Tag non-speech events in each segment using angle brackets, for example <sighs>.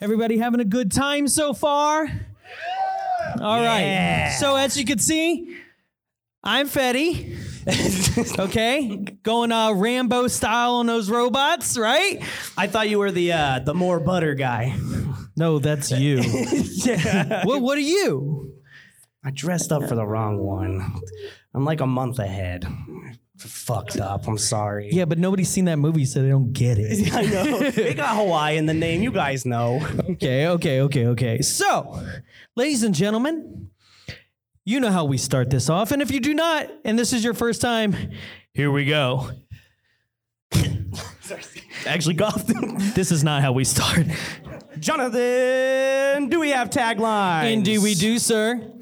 Everybody having a good time so far? All right. So as you can see, I'm <laughs> Fetty. okay, going uh, Rambo style on those robots, right? I thought you were the uh, the more butter guy. No, that's <laughs> you. What What are you? I dressed up for the wrong one. I'm like a month ahead. Fucked up. I'm sorry. Yeah, but nobody's seen that movie, so they don't get it. <laughs> I know. they got Hawaii in the name. You guys know. okay, okay, okay, okay. So, ladies and gentlemen, you know how we start this off, and if you do not, and this is your first time, here we go. Actually, golf. <laughs> This is not how we start. Jonathan, do we have taglines? Indeed, we do, sir.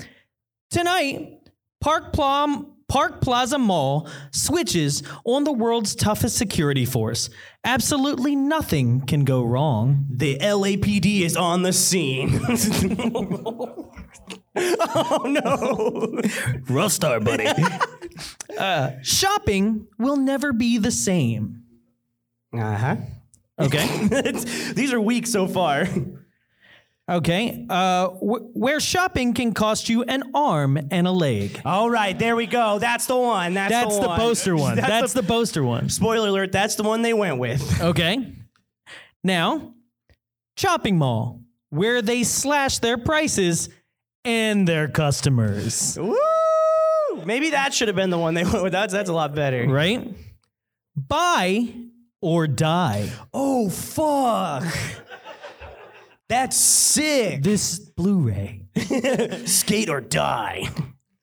Tonight, Park Plum. Park Plaza Mall switches on the world's toughest security force. Absolutely nothing can go wrong. The LAPD is on the scene. <laughs> oh no. Rough start, <laughs> buddy. Shopping will never be the same. Uh huh. Okay. These are weak so far. okay. Uh, wh- where shopping can cost you an arm and a leg. All right, there we go. That's the one. That's, That's the, the one. poster one. That's, That's the, the poster one. spoiler alert. That's the one they went with. Okay. Now, shopping mall, where they slash their prices and their customers, Woo! Maybe that should have been the one they went with. That's that's a lot better. right? Buy or die. Oh fuck. That's sick. This Blu ray. Skate or die.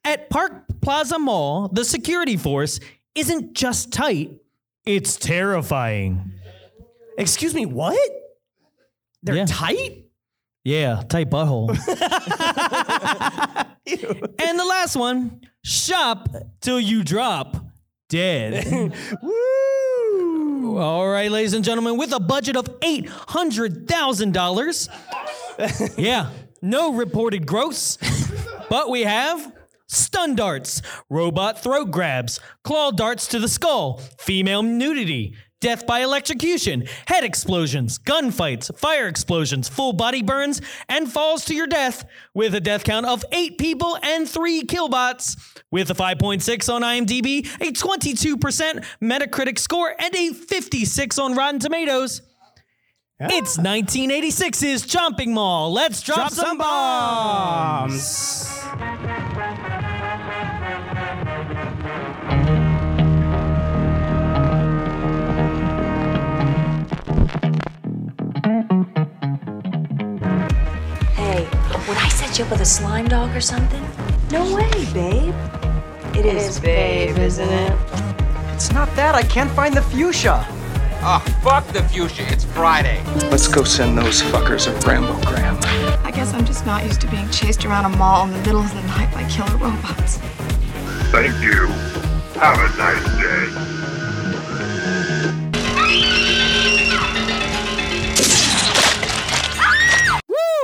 At Park Plaza Mall, the security force isn't just tight, it's terrifying. Excuse me, what? They're Yeah. tight? Yeah, tight <laughs> butthole. and the last one shop till you drop dead. Woo! All right, ladies and gentlemen, with a budget of $800,000. yeah, no reported gross, but we have. Stun darts, robot throat grabs, claw darts to the skull, female nudity, death by electrocution, head explosions, gunfights, fire explosions, full body burns, and falls to your death with a death count of eight people and three killbots. With a 5.6 on IMDb, a 22% Metacritic score, and a 56 on Rotten Tomatoes. It's 1986's Chomping Mall. Let's drop, Drop some, some bombs. bombs. Hey, would I set you up with a slime dog or something? No way, babe. It is, babe, isn't it? It's not that. I can't find the fuchsia. Ah, fuck the fuchsia. It's Friday. Let's go send those fuckers a Rambogram. I guess I'm just not used to being chased around a mall in the middle of the night by killer robots. Thank you. Have a nice day.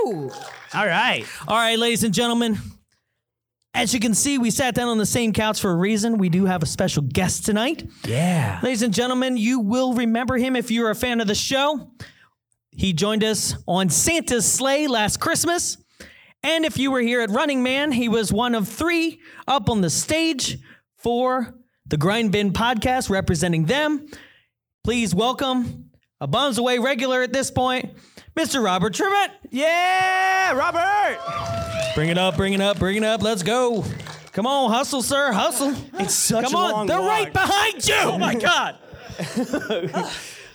All right. All right, ladies and gentlemen. As you can see, we sat down on the same couch for a reason. We do have a special guest tonight. Yeah. Ladies and gentlemen, you will remember him if you're a fan of the show. He joined us on Santa's sleigh last Christmas. And if you were here at Running Man, he was one of three up on the stage for the Grind Bin podcast representing them. Please welcome a Bombs Away regular at this point, Mr. Robert Trivett. Yeah, Robert. Bring it up, bring it up, bring it up. Let's go. Come on, hustle, sir, hustle. It's such Come a on, long they're walk. right behind you. Oh my <laughs> God. look so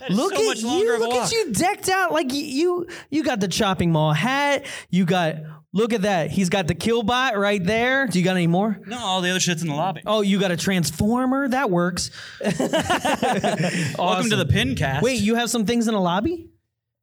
at much longer you! of a Look at walk. you decked out like y- you. You got the chopping mall hat. You got. Look at that. He's got the killbot right there. Do you got any more? no, <laughs> all the other shit's in the lobby. Oh, you got a transformer. That works. Welcome to the Pincast. Wait, you have some things in the lobby?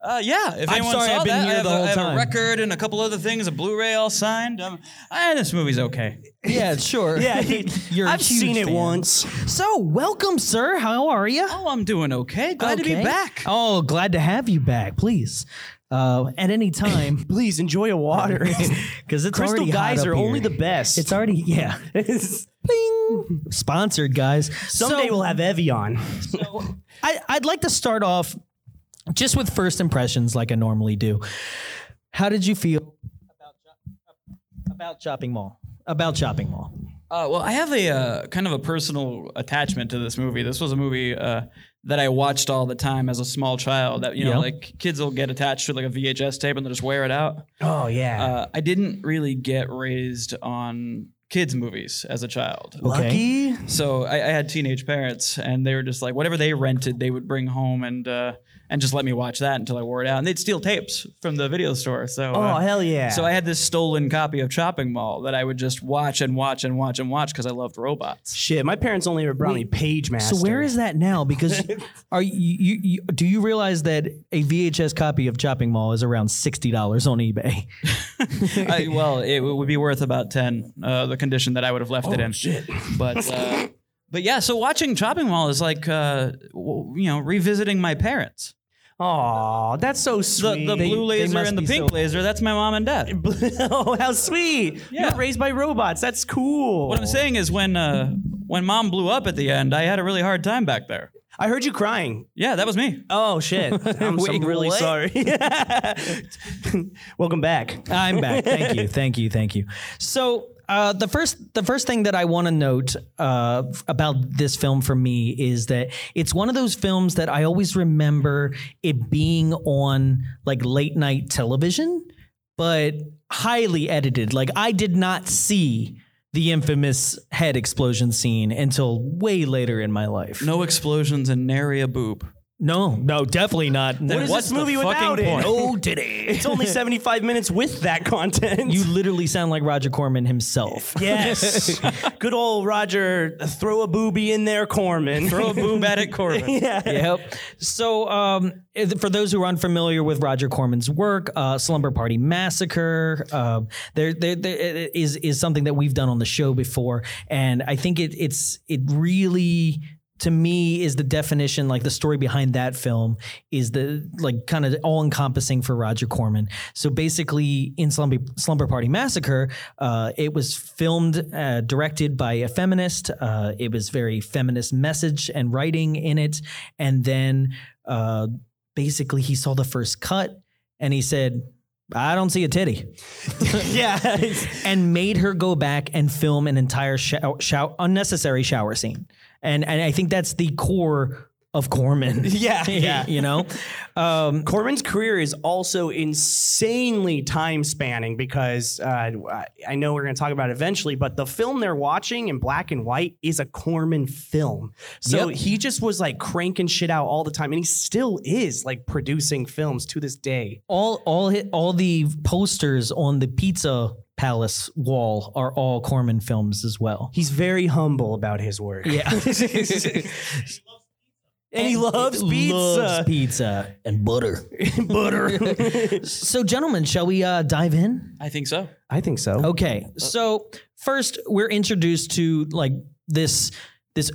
uh, yeah. If I'm anyone sorry, saw I've been that, here I have, the a- I whole have time. a record and a couple other things, a Blu-ray all signed. Um, ah, this movie's okay. <laughs> Yeah, sure. Yeah, he- <laughs> You're a I've huge seen it fan. once. So, welcome, sir. How are you? Oh, I'm doing okay. Glad to Okay. be back. Oh, glad to have you back. Please, uh, at any time, <laughs> Please enjoy your <laughs> water. because it's Crystal already hot guys up are only here. the best. It's already <laughs> yeah. Bing. Sponsored guys. Someday So, we'll have Evian. I, I'd like to start off just with first impressions like I normally do. How did you feel about shop- about shopping mall? About shopping mall. Uh, well, I have a uh, kind of a personal attachment to this movie. This was a movie uh, that I watched all the time as a small child. That you know, Yeah. like kids will get attached to like a VHS tape and they'll just wear it out. Oh yeah. Uh, I didn't really get raised on kids movies as a child. Okay. Lucky. So I, I had teenage parents, and they were just like whatever they rented, they would bring home and uh, and just let me watch that until I wore it out. And they'd steal tapes from the video store. So Oh uh, hell yeah. So I had this stolen copy of Chopping Mall that I would just watch and watch and watch and watch because I <laughs> loved robots. Shit, my parents only ever brought me Page Master. So where is that now? <laughs> Because are you, you, you do you realize that a VHS copy of Chopping Mall is around sixty dollars on eBay? I, well, it would be worth about ten, uh, the condition that I would have left it in. Shit. But uh, but yeah, so watching Chopping Mall is like uh, w- you know revisiting my parents. Aw, that's so The, sweet. the They- blue they laser must and the be pink so- laser. That's my mom and dad. <laughs> oh, how sweet. Yeah. You're raised by robots. That's cool. What I'm saying is when uh, when mom blew up at the end, I had a really hard time back there. I heard you crying. <laughs> Yeah, that was me. Oh shit. I'm, so- Wait, really what? sorry. <laughs> Welcome back. I'm <laughs> back. Thank you. Thank you. Thank you. So uh, the first the first thing that I want to note uh, f- about this film for me is that it's one of those films that I always remember it being on like late night television, but highly edited. Like I did not see the infamous head explosion scene until way later in my life. No explosions and nary a boob. no, no, definitely not. What is What's this the movie fucking without it? point? Oh, <laughs> did it? It's only 75 minutes with that content. You literally sound like Roger Corman himself. <laughs> <laughs> yes. Good old Roger, throw a booby in there, Corman. Throw a boob at it, Corbin. yep. So, um, for those who are unfamiliar with Roger Corman's work, uh, Slumber Party Massacre, uh, there, there, there is is something that we've done on the show before, and I think it, it's it really. To me, is the definition like the story behind that film is the like kind of all encompassing for Roger Corman. So basically, in Slumber, Slumber Party Massacre, uh, it was filmed, uh, directed by a feminist. Uh, it was very feminist message and writing in it. And then uh, basically, he saw the first cut and he said, I don't see a titty, <laughs> <laughs> yeah. and made her go back and film an entire show, show, unnecessary shower scene. And, and I think that's the core of Corman. Yeah, yeah. <laughs> you know? Um, Corman's career is also insanely time spanning because uh, I- I know we're going to talk about it eventually, but the film they're watching in black and white is a Corman film. So Yep. he just was like cranking shit out all the time, and he still is like producing films to this day. all all hi- all the posters on the pizza palace wall are all Corman films as well. He's very humble about his work. <laughs> Yeah. And he loves pizza. Loves pizza and butter. Butter. So, gentlemen, shall we uh, dive in? I think so. I think so. Okay. So first, we're introduced to like this this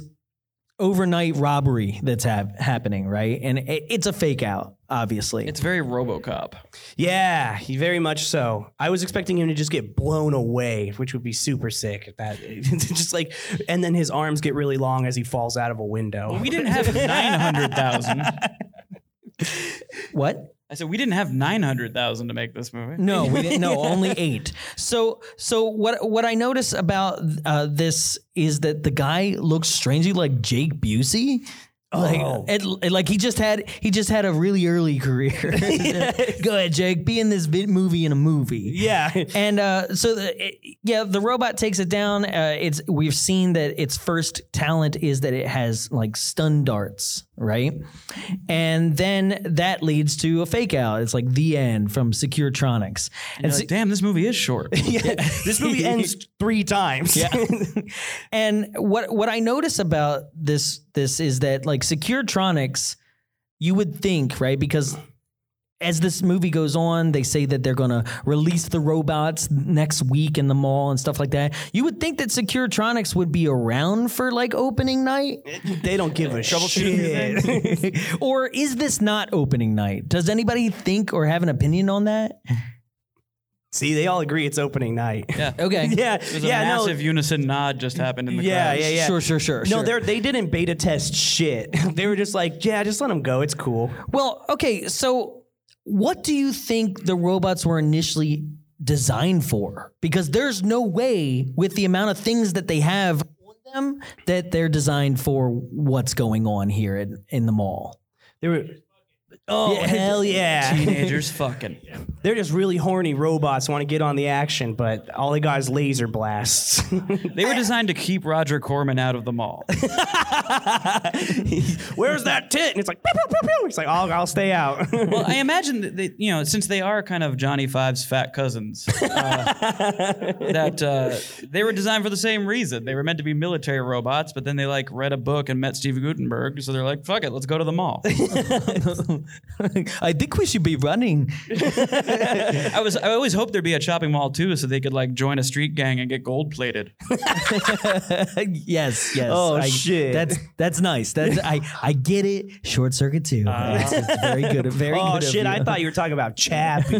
overnight robbery that's hap- happening, right? And it, it's a fake out, obviously. It's very RoboCop. Yeah, he very much so. I was expecting him to just get blown away, which would be super sick. If that <laughs> just like, and then his arms get really long as he falls out of a window. We didn't have 900,000. what? I said we didn't have 900,000 to make this movie. No, we didn't. No, only eight. So, so what? What I notice about uh, this is that the guy looks strangely like Jake Busey. Like, Oh. it, it- like he just had he just had a really early career. <laughs> Go ahead, Jake. Be in this vi- movie in a movie. Yeah. And uh, so, the, it- yeah, the robot takes it down. Uh, it's we've seen that its first talent is that it has like stun darts, right? And then that leads to a fake out. It's like the end from Securetronics. And you're like, damn, this movie <laughs> is short. yeah. <laughs> This movie ends three times. Yeah. And what what I notice about this this is that like Securetronics, you would think right because as this movie goes on, they say that they're gonna release the robots next week in the mall and stuff like that. You would think that Securetronics would be around for like opening night, <laughs> they don't give a shit. or is this not opening night? Does anybody think or have an opinion on that? <laughs> See, they all agree it's opening night. Yeah. <laughs> Okay. <laughs> yeah, There's a yeah, no, massive unison nod just happened in the yeah, crowd. yeah, yeah. Sure, sure, sure, No, sure. they they didn't beta test shit. <laughs> they were just like, yeah, just let them go. It's cool. Well, okay, so what do you think the robots were initially designed for? Because there's no way with the amount of things that they have on them that they're designed for what's going on here in, in the mall. <laughs> They were. Oh hell yeah! Teenagers fucking. <laughs> They're just really horny robots want to get on the action, but all they got is laser blasts. <laughs> They were designed to keep Roger Corman out of the mall. Where's that tit? And it's like, pew, pew, pew, pew. it's like, I'll, I'll stay out. <laughs> well, I imagine that they, you know, since they are kind of Johnny Five's fat cousins, uh, that uh, they were designed for the same reason. They were meant to be military robots, but then they like read a book and met Steve Gutenberg, so they're like, "Fuck it, let's go to the mall." I think we should be running. <laughs> I was, I always hoped there'd be a shopping mall too, so they could like join a street gang and get gold plated. yes, yes. Oh, I- shit. That's that's nice. That's I I get it. Short circuit too. It's- it's very good. Very Ah. <laughs> oh good. of shit! you. I thought you were talking <laughs> about Chappie.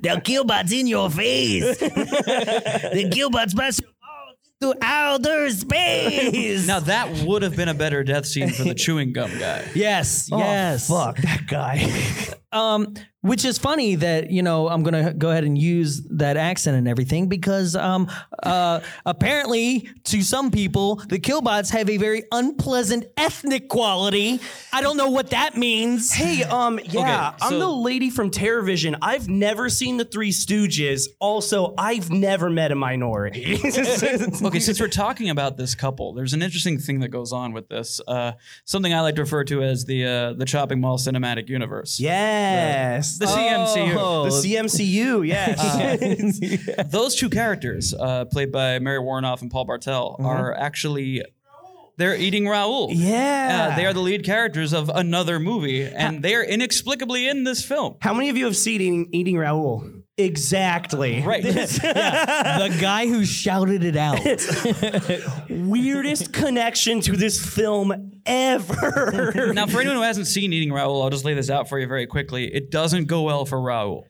The Gilbot's in your <laughs> face. the Gilbot's bust your balls into outer space. Now that would have been a better death scene for the chewing gum guy. yes, yes. Oh, fuck that guy. <laughs> Um, which is funny that you know I'm gonna go ahead and use that accent and everything because um, uh, apparently to some people the Killbots have a very unpleasant ethnic quality. I don't know what that means. <laughs> Hey, um, yeah, <laughs> Okay, I'm the so- lady from TerrorVision. I've never seen the Three Stooges. Also, I've never met a <laughs> minority. <laughs> Okay, since we're talking about this couple, there's an interesting thing that goes on with this. Uh, something I like to refer to as the uh, the chopping mall cinematic universe. yes, Oh, The CMCU. the <laughs> CMCU. Yes, Those two characters, uh, played by Mary Warnoff and Paul Bartel, are actually they're eating Raul. yeah. Uh, they are the lead characters of another movie, and they are inexplicably in this film. How many of you have seen eating, eating Raul? Exactly. Right. the guy who shouted it <laughs> out. <laughs> Weirdest connection to this film <laughs> ever. <laughs> now, for anyone who hasn't seen Eating Raul, I'll just lay this out for you very quickly. It doesn't go well for Raul.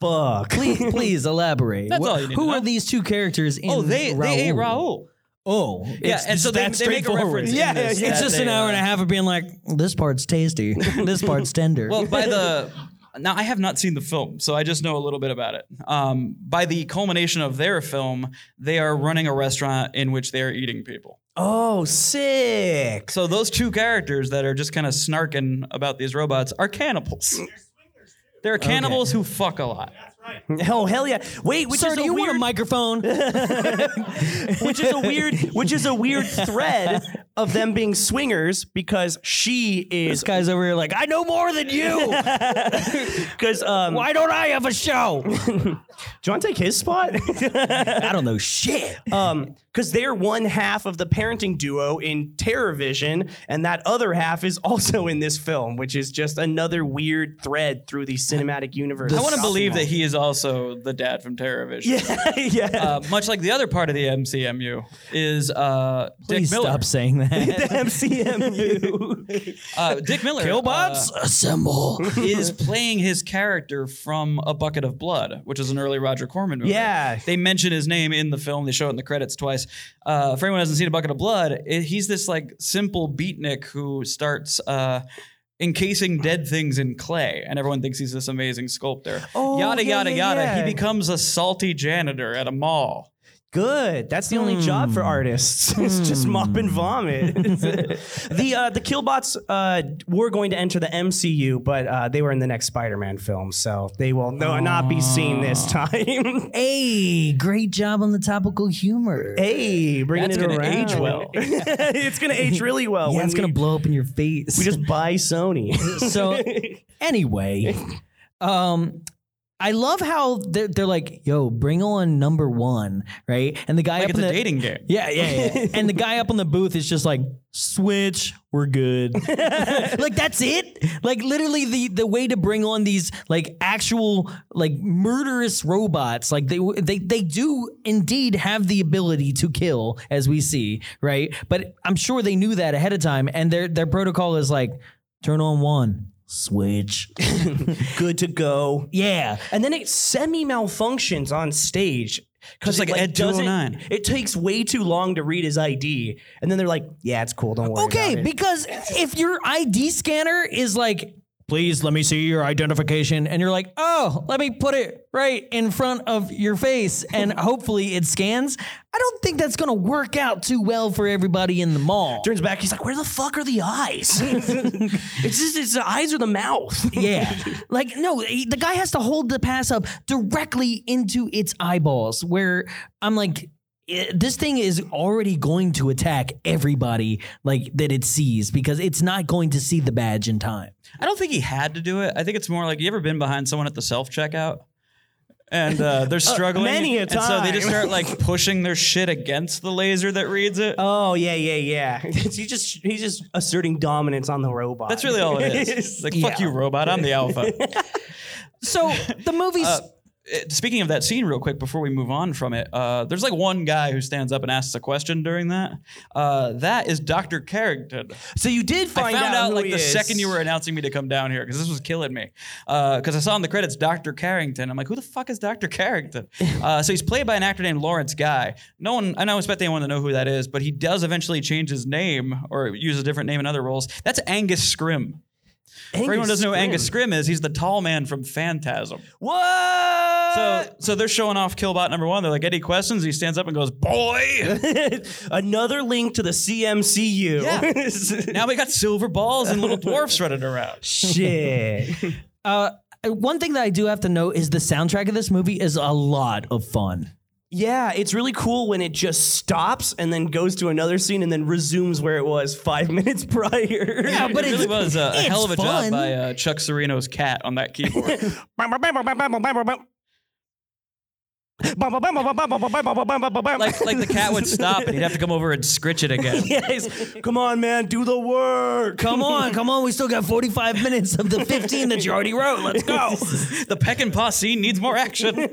Fuck. please, please elaborate. That's Wh- all you need to who are know. these two characters in? Oh, they, Raoul? they ate Raul. Oh, Yeah, it's and so just they, that they make a straightforward. reference. Yeah, in this yeah, It's that just an they, hour uh, and a half of being like, this part's tasty, <laughs> this part's tender. Well, by the now, I have not seen the film, so I just know a little bit about it. Um, by the culmination of their film, they are running a restaurant in which they are eating people. Oh, sick. So those two characters that are just kind of snarking about these robots are cannibals. They're cannibals who fuck a lot. Oh hell yeah! Wait, which Sir, is do a you weird, want a microphone? which is a weird, which is a weird thread of them being swingers because she this is guy's over here like, I know more than <laughs> you. because um. Why don't I have a show? Do you want to take his spot? I don't know shit. <laughs> um, because they're one half of the parenting duo in TerrorVision, and that other half is also in this film, which is just another weird thread through the cinematic universe. I want to believe that he is also the dad from <laughs> Terrorvision. yeah. Uh, much like the other part of the MCMU is uh, Dick Please Miller. stop saying <laughs> that. MCMU. Uh, Dick Miller. <laughs> uh, Killbots, assemble. <laughs> is playing his character from A Bucket of Blood, which is an early Roger Corman movie. Yeah. They mention his name in the film. They show it in the credits twice. Uh, for anyone who hasn't seen A Bucket of Blood, it, he's this like simple beatnik who starts uh, encasing dead things in clay, and everyone thinks he's this amazing sculptor. Oh, yada, yeah, yada, yeah, yada. yeah. He becomes a salty janitor at a mall. Good. That's the only job for artists. <laughs> it's just mop and <laughs> vomit. the uh, the Killbots uh, were going to enter the MCU, but uh, they were in the next Spider-Man film, so they will no, not be seen this <laughs> time. <laughs> Hey, great job on the topical humor. hey, bringing That's it gonna around. age <laughs> well. it's gonna age really well. yeah, when it's we- gonna blow up in your face. <laughs> We just buy <laughs> Sony. So anyway, um, I love how they're, they're like, "Yo, bring on number one," right? And the guy Like up it's in a the dating game. yeah, yeah, yeah. and the guy up on the booth is just like, "Switch, we're good." <laughs> like that's it. Like literally, the the way to bring on these like actual like murderous robots, like they they they do indeed have the ability to kill, as we see, right? But I'm sure they knew that ahead of time, and their their protocol is like, turn on one. switch. Good to go. Yeah. And then it semi malfunctions on stage. Because Just like oh it, Ed doesn't- 209. It takes way too long to read his ID. And then they're like, yeah, it's cool. Don't worry. Okay, about it." because if your ID scanner is like, please let me see your identification, and you're like, oh, let me put it right in front of your face, and hopefully it scans, I don't think that's gonna work out too well for everybody in the mall. turns back, he's like, where the fuck are the <laughs> eyes? <laughs> it's just it's the eyes or the mouth. <laughs> Yeah. like, no, he- the guy has to hold the pass up directly into its eyeballs, where I'm like, "Eh, this thing is already going to attack everybody like that it sees because it's not going to see the badge in time. I don't think he had to do it. I think it's more like you ever been behind someone at the self checkout, and uh, <laughs> they're struggling. many a And so they just time. start like pushing their shit against the laser that reads it. Oh yeah, yeah, <laughs> yeah. he's just he's just asserting dominance on the robot. That's really all it is. <laughs> Like fuck Yeah. you, robot. I'm the alpha. So the movie's <laughs> Uh, Speaking of that scene, real quick before we move on from it, uh, there's like one guy who stands up and asks a question during that. Uh, that is Dr. Carrington. So you did I find found out, who like he the is. second you were announcing me to come down here because this was killing me. Because I saw in the credits Dr. Carrington. I'm like, who the fuck is <laughs> Dr. Carrington? uh, so he's played by an actor named Lawrence Guy. No one, I don't expect anyone to know who that is, but he does eventually change his name or use a different name in other roles. That's Angus Scrimm. For anyone who doesn't know who Angus Scrimm is, he's the tall man from Phantasm. <laughs> What? <laughs> So, so they're showing off Killbot number one. They're like, any questions? He stands up and <laughs> goes, boy. Another link to the CMCU. <laughs> now we got silver balls and little dwarfs running around. <laughs> Shit. uh, one thing that I do have to note is the soundtrack of this movie is a lot of fun. yeah, it's really cool when it just stops and then goes to another scene and then resumes where it was five <laughs> minutes prior. Yeah, <laughs> but it's- it really was a, a it's hell of a fun. job by uh, Chuck Serino's cat on that keyboard. <laughs> like, like the cat would stop and he'd have to come over and scritch it again. <laughs> Yes. Come on, man, do the <laughs> work. Come on, come on. We still got 45 minutes of the 15 that you already wrote. Let's go. The peck and paw scene needs more action. <laughs>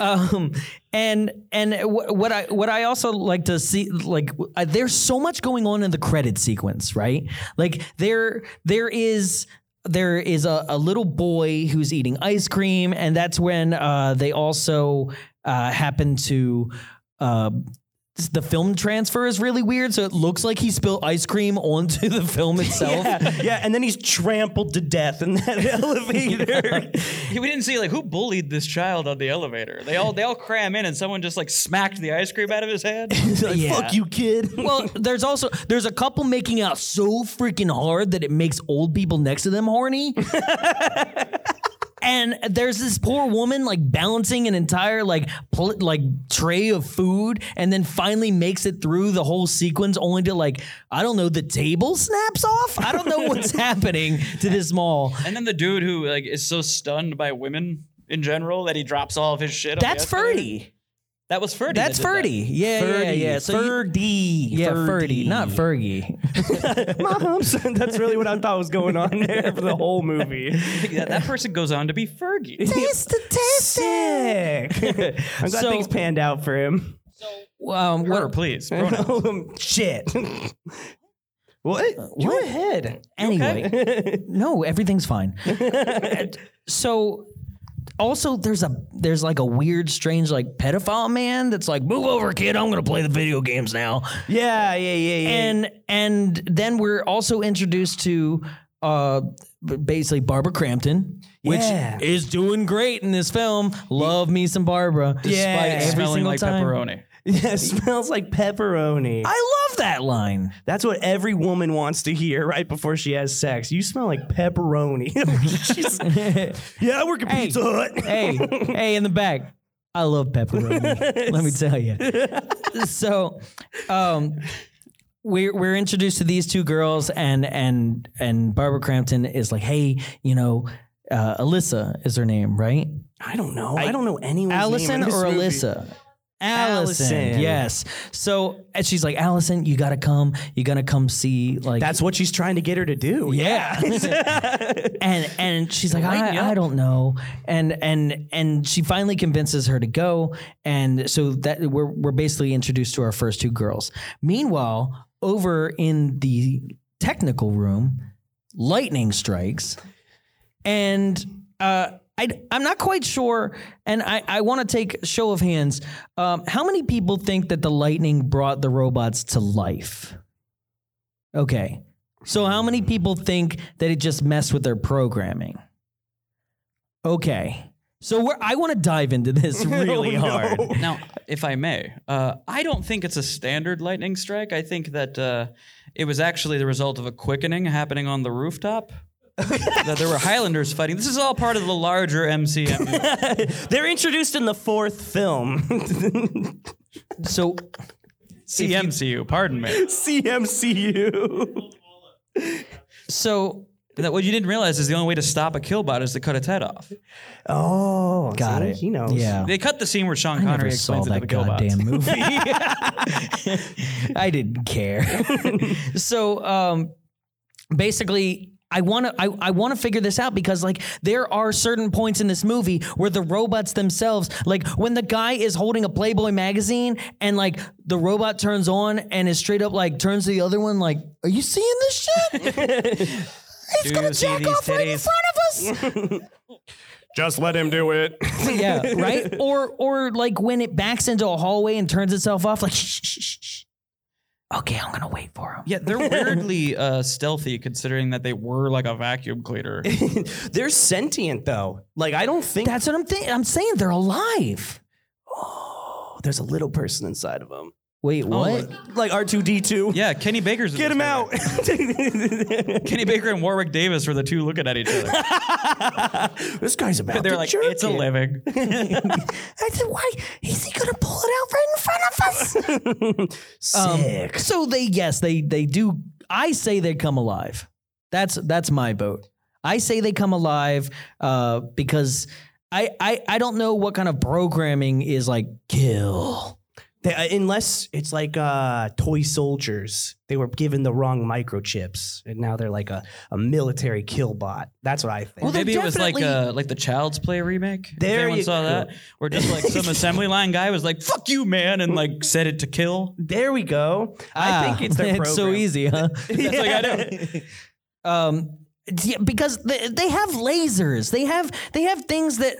um, and and wh- what I what I also like to see like w- uh, there's so much going on in the credit sequence, right? Like there there is. There is a, a little boy who's eating ice cream, and that's when uh, they also uh, happen to. Uh, the film transfer is really weird, so it looks like he spilled ice cream onto the film <laughs> itself. <laughs> Yeah, yeah, and then he's trampled to death in that <laughs> elevator. <laughs> we didn't see like who bullied this child on the elevator. They all they all cram in and someone just like smacked the ice cream out of his head. <laughs> He's like, Yeah. fuck you, <laughs> kid. Well, there's also there's a couple making out so freaking hard that it makes old people next to them horny. and there's this poor woman like balancing an entire like pl- like tray of food and then finally makes it through the whole sequence only to like I don't know the table snaps off. I don't know what's happening to this mall. And then the dude who like is so stunned by women in general that he drops all of his shit. on the That's escalator. Ferdy. That was Ferdy. That's that did that. Ferdy. Yeah, yeah, yeah. So you- Ferdy. yeah, Ferdy, not Fergie. Mom, <laughs> that's really what I thought was going on there for the whole movie. Yeah, that person goes on to be <laughs> Fergie. Taste <laughs> Sick. <laughs> I'm glad So- things panned out for him. Um, Her, what, please. pronoun. Um, Shit. What? You're ahead. Uh, Anyway, no, everything's <laughs> fine. so also there's a there's like a weird strange like pedophile man that's like move over kid i'm gonna play the video games now <laughs> Yeah, yeah, yeah, yeah. and and then we're also introduced to uh b- basically barbara crampton which Yeah. is doing great in this film love me some barbara Yeah. every smelling single like time. pepperoni. <laughs> yeah, smells like pepperoni. i love that <laughs> line <laughs> That's what every woman wants to hear right before she has sex. You smell like pepperoni. <laughs> She's- yeah, I work at Pizza Hut. hey, hey, in the back. I love pepperoni. let me tell you. So, um, we're we're introduced to these two girls, and and and Barbara Crampton is like, hey, you know, uh, Alyssa is her name, right? I don't know. I, don't know anyone's Allison name in this or movie. Alyssa? Allison, Allison. yes. So and she's like, Allison, you gotta come. You gotta come see. Like That's what she's trying to get her to do. <laughs> yeah. and and she's like, Lighten I, I up. don't know. And and and she finally convinces her to go. And so that we're we're basically introduced to our first two girls. Meanwhile, over in the technical room, lightning strikes, and uh, I I'm not quite sure. And I I want to take show of hands. Um, how many people think that the lightning brought the robots to life? Okay, so how many people think that it just messed with their programming? Okay. So we're, I want to dive into this really hard. Now, if I may, uh, I don't think it's a standard lightning strike. I think that uh, it was actually the result of a quickening happening on the rooftop. that there were Highlanders fighting. This is all part of the larger MCM. They're introduced in the fourth film, <laughs> So CMCU, pardon me. CMCU. so That what you didn't realize is the only way to stop a killbot is to cut its head off. Oh, got see, it. He knows. Yeah. They cut the scene where Sean I Connery never saw explains it to the that killbots. goddamn movie. <laughs> <laughs> I didn't care. so um, basically, I want to I, I want to figure this out because like there are certain points in this movie where the robots themselves, like when the guy is holding a Playboy magazine and like the robot turns on and is straight up like turns to the other one like, "Are you seeing this <laughs> shit?" It's Do gonna you see jack these off right in titties? front of us. Just let him do it. yeah, <laughs> right. Or or like when it backs into a hallway and turns itself off, like shh, shh, shh, shh. Okay, I'm gonna wait for him. Yeah, they're weirdly uh, stealthy considering that they were like a vacuum cleaner. They're sentient though. Like I don't think That's what I'm thinking. I'm saying they're alive. oh, there's a little person inside of them. Wait, what? Like R2D2. Yeah, Kenny Baker's. in Get this him movie. out. <laughs> Kenny Baker and Warwick Davis were the two looking at each other. this guy's about They're to like, jerk it's a it." <laughs> living. I said, why is he gonna pull it out right in front of <laughs> us? Sick. um, So they yes, they they do. I say they come alive. That's that's my vote. I say they come alive uh, because I, I I don't know what kind of programming is like kill. They- uh, unless it's like uh, toy soldiers, they were given the wrong microchips, and now they're like a, a military kill bot. That's what I think. Well, they're Maybe it was like definitely- uh, like the Child's Play remake. If There anyone you saw go. that, where just <laughs> like some assembly line guy was like, "Fuck you, man," and like said it to kill. there we go. Ah, I think it's their <laughs> program. Ah, so easy, <laughs> huh? That's like I know. um, <laughs> yeah, because they, they have lasers. They have they have things that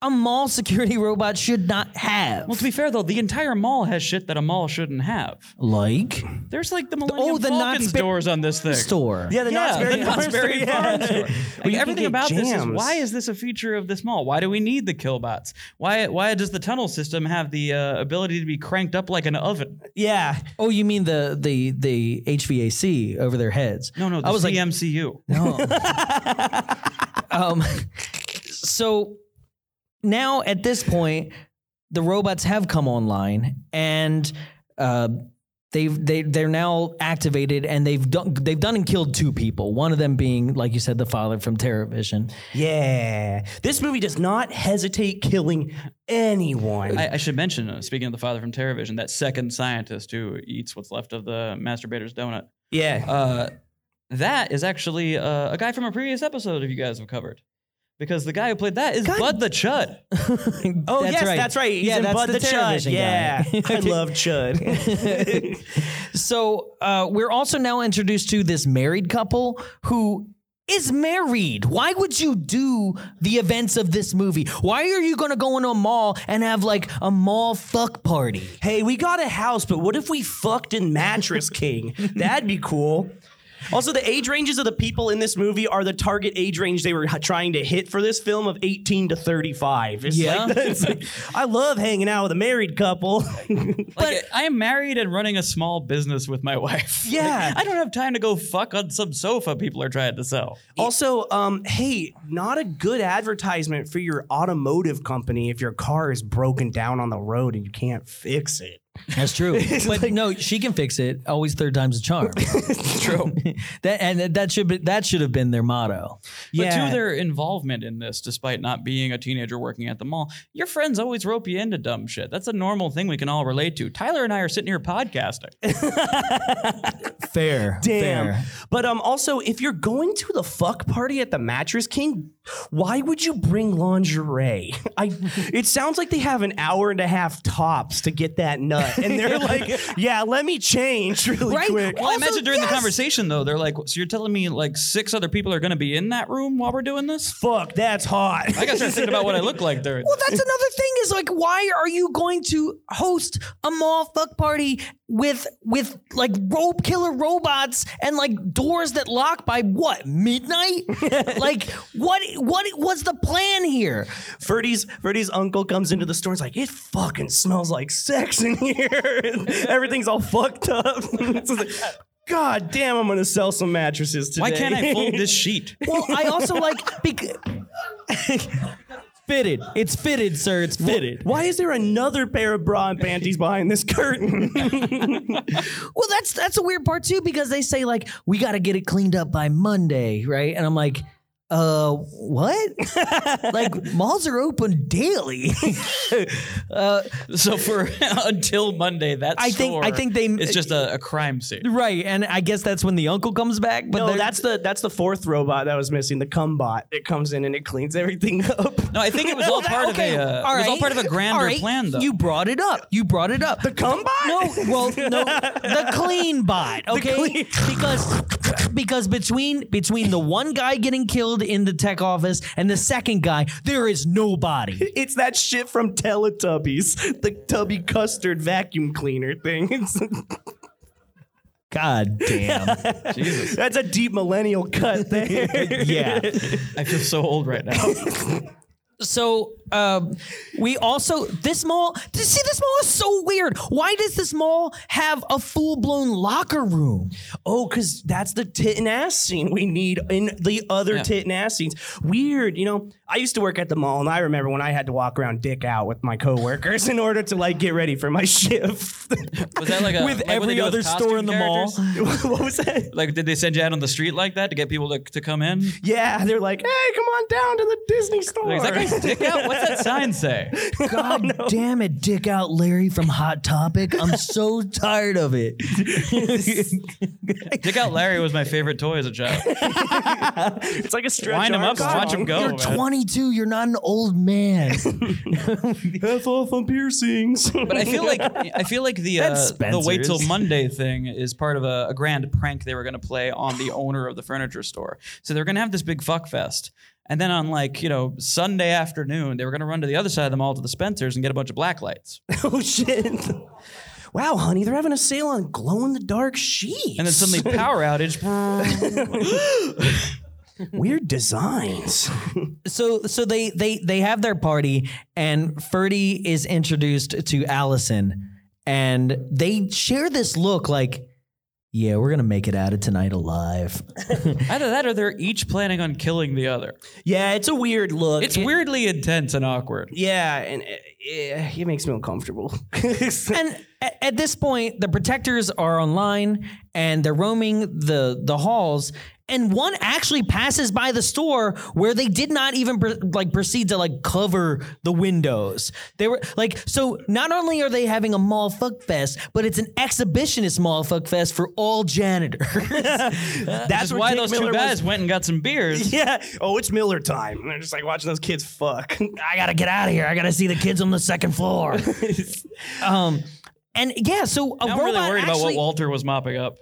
a mall security <laughs> robot should not have. Well, to be fair though, the entire mall has shit that a mall shouldn't have. like There's like the Millennium Oh, the Knott's Falcon's Berry- doors on this thing. store. Yeah, the Knott's Yeah, the Berry Knott's Farm <laughs> Berry <laughs> store, Farm yeah. <laughs> store. you Like, can everything get about this is jams. why is this a feature of this mall? Why do we need the killbots? Why why does the tunnel system have the uh, ability to be cranked up like an oven? Yeah. Oh, you mean the the the HVAC over their heads? No, no, the I was like, CMCU. no. um, so now at this point, the robots have come online and uh, they've they they're now activated and they've done they've done and killed two people. One of them being, like you said, the father from TerraVision. Yeah. This movie does not hesitate killing anyone. I, I should mention, uh, speaking of the father from TerraVision, that second scientist who eats what's left of the masturbator's donut. yeah. Uh, that is actually uh, a guy from a previous episode if you guys have covered. Because the guy who played that is Bud the <laughs> Chud. <laughs> oh, yes, that's right. He's yeah, in that's Bud the, Chud. TerraVision guy. Yeah. <laughs> I love Chud. So uh, we're also now introduced to this married couple who is married. Why would you do the events of this movie? Why are you going to go into a mall and have like a mall fuck party? hey, we got a house, but what if we fucked in Mattress King? That'd be cool. Also, the age ranges of the people in this movie are the target age range they were h- trying to hit for this film of 18 to 35. It's Yeah. Like, <laughs> it's like, I love hanging out with a married couple. <laughs> Like, I am married and running a small business with my <laughs> wife. Like, Yeah. I don't have time to go fuck on some sofa people are trying to sell. Also, um, hey, not a good advertisement for your automotive company if your car is broken down on the road and you can't fix it. That's <laughs> true. but no, she can fix it. Always third time's a charm. <laughs> true. that and that should be, that should have been their motto. But Yeah. to their involvement in this, despite not being a teenager working at the mall, your friends always rope you into dumb shit. That's a normal thing we can all relate to. Tyler and I are sitting here podcasting. Fair. Damn. But um, also, if you're going to the fuck party at the Mattress King, why would you <laughs> bring lingerie? I. It sounds like they have an hour and a half tops to get that nut. America, and <laughs> they're like, "Yeah, let me change really Right? quick." Well, I Also, imagine during yes. the conversation though, they're like, "So you're telling me like six other people are going to be in that room while we're doing this?" Fuck, that's hot. I got to start thinking about what I look like during. <laughs> Well, that's another thing is like, why are you going to host a mall fuck party with with like rope killer robots and like doors that lock by what <laughs> midnight? like, what what was the plan here? <laughs> Ferdy's Ferdy's uncle comes into the store. and is like, "It fucking smells like sex in here. <laughs> And Everything's all fucked up." <laughs> It's like, God damn, I'm gonna sell some mattresses today. Why can't I fold this <laughs> sheet? Well, I also like because <laughs> fitted. It's fitted, sir. It's fitted. Why is there another pair of bra and panties behind this curtain? <laughs> Well, that's that's a weird part too because they say like we got to get it cleaned up by Monday, right? And I'm like, uh, <laughs> what? like malls are open daily. <laughs> So for <laughs> until Monday, that I think- I store think they- is just a, a crime scene. Right, and I guess that's when the uncle comes back. But no, they're- that's the that's the fourth robot that was missing, the cumbot. It comes in and it cleans everything <laughs> up. No, I think <laughs> <laughs> it was all part of a. Uh, it was all part of a grander plan, though. You brought it up. You brought it up. The cum bot? No, well, <laughs> no, the clean bot. Okay, clean- because because between between the one guy getting killed in the tech office and the second guy, there is nobody. It's that shit from Teletubbies, the tubby custard vacuum cleaner thing. <laughs> It's- God damn. that's a deep millennial cut there. Yeah. I feel so old <laughs> right now. <laughs> So um, we also this mall. See, this mall is so weird. Why does this mall have a full blown locker room? Oh, because that's the tit and ass scene we need in the other tit and ass scenes. Weird, you know. I used to work at the mall, and I remember when I had to walk around dick out with my coworkers <laughs> in order to like get ready for my <laughs> shift. Was that like a, With like what every they do other store costume in the mall. <laughs> characters? what was that? Like, did they send you out on the street like that to get people to, to come in? Yeah, they're like, "Hey, come on down to the Disney store." Like, is that guy's dick out? What's that <laughs> sign say? God damn it, Dick Out Larry from Hot Topic. <laughs> I'm so tired of it. Dick out Larry was my favorite toy as a child. <laughs> it's like a stretch. Wind him arm up, and watch him song. go. You're man. 22. You're not an old man. <laughs> F off on piercings. <laughs> But I feel like I feel like the uh, That's the wait till Spencer's. Monday thing is part of a, a grand prank they were going to play on the owner of the furniture store. So they're going to have this big fuck fest, and then on like you know Sunday afternoon, they were going to run to the other side of the mall to the Spencers and get a bunch of black lights. oh shit. Wow, honey, they're having a sale on glow in the dark sheets. And <laughs> then suddenly power outage. weird designs. <laughs> so so they they they have their party and Ferdy is introduced to Allison and they share this look like yeah, we're going to make it out of tonight <laughs> alive. Either that, or they're each planning on killing the other. Yeah, it's a weird look. It's weirdly intense and awkward. Yeah, and uh, yeah, it makes me uncomfortable. <laughs> and at, at this point, the protectors are online and they're roaming the the halls. And one actually passes by the store where they did not even pr- like proceed to like cover the windows. They were like, so not only are they having a mall fuck fest, but it's an exhibitionist mall fuck fest for all janitors. <laughs> That's <laughs> That's where why Dick those Miller two was- guys went and got some beers. yeah. Oh, it's Miller time. And they're just like watching those kids fuck. <laughs> I gotta get out of here. I gotta see the kids on the second <laughs> floor. um, and yeah, so a Now I'm robot really worried about actually- what Walter was mopping up.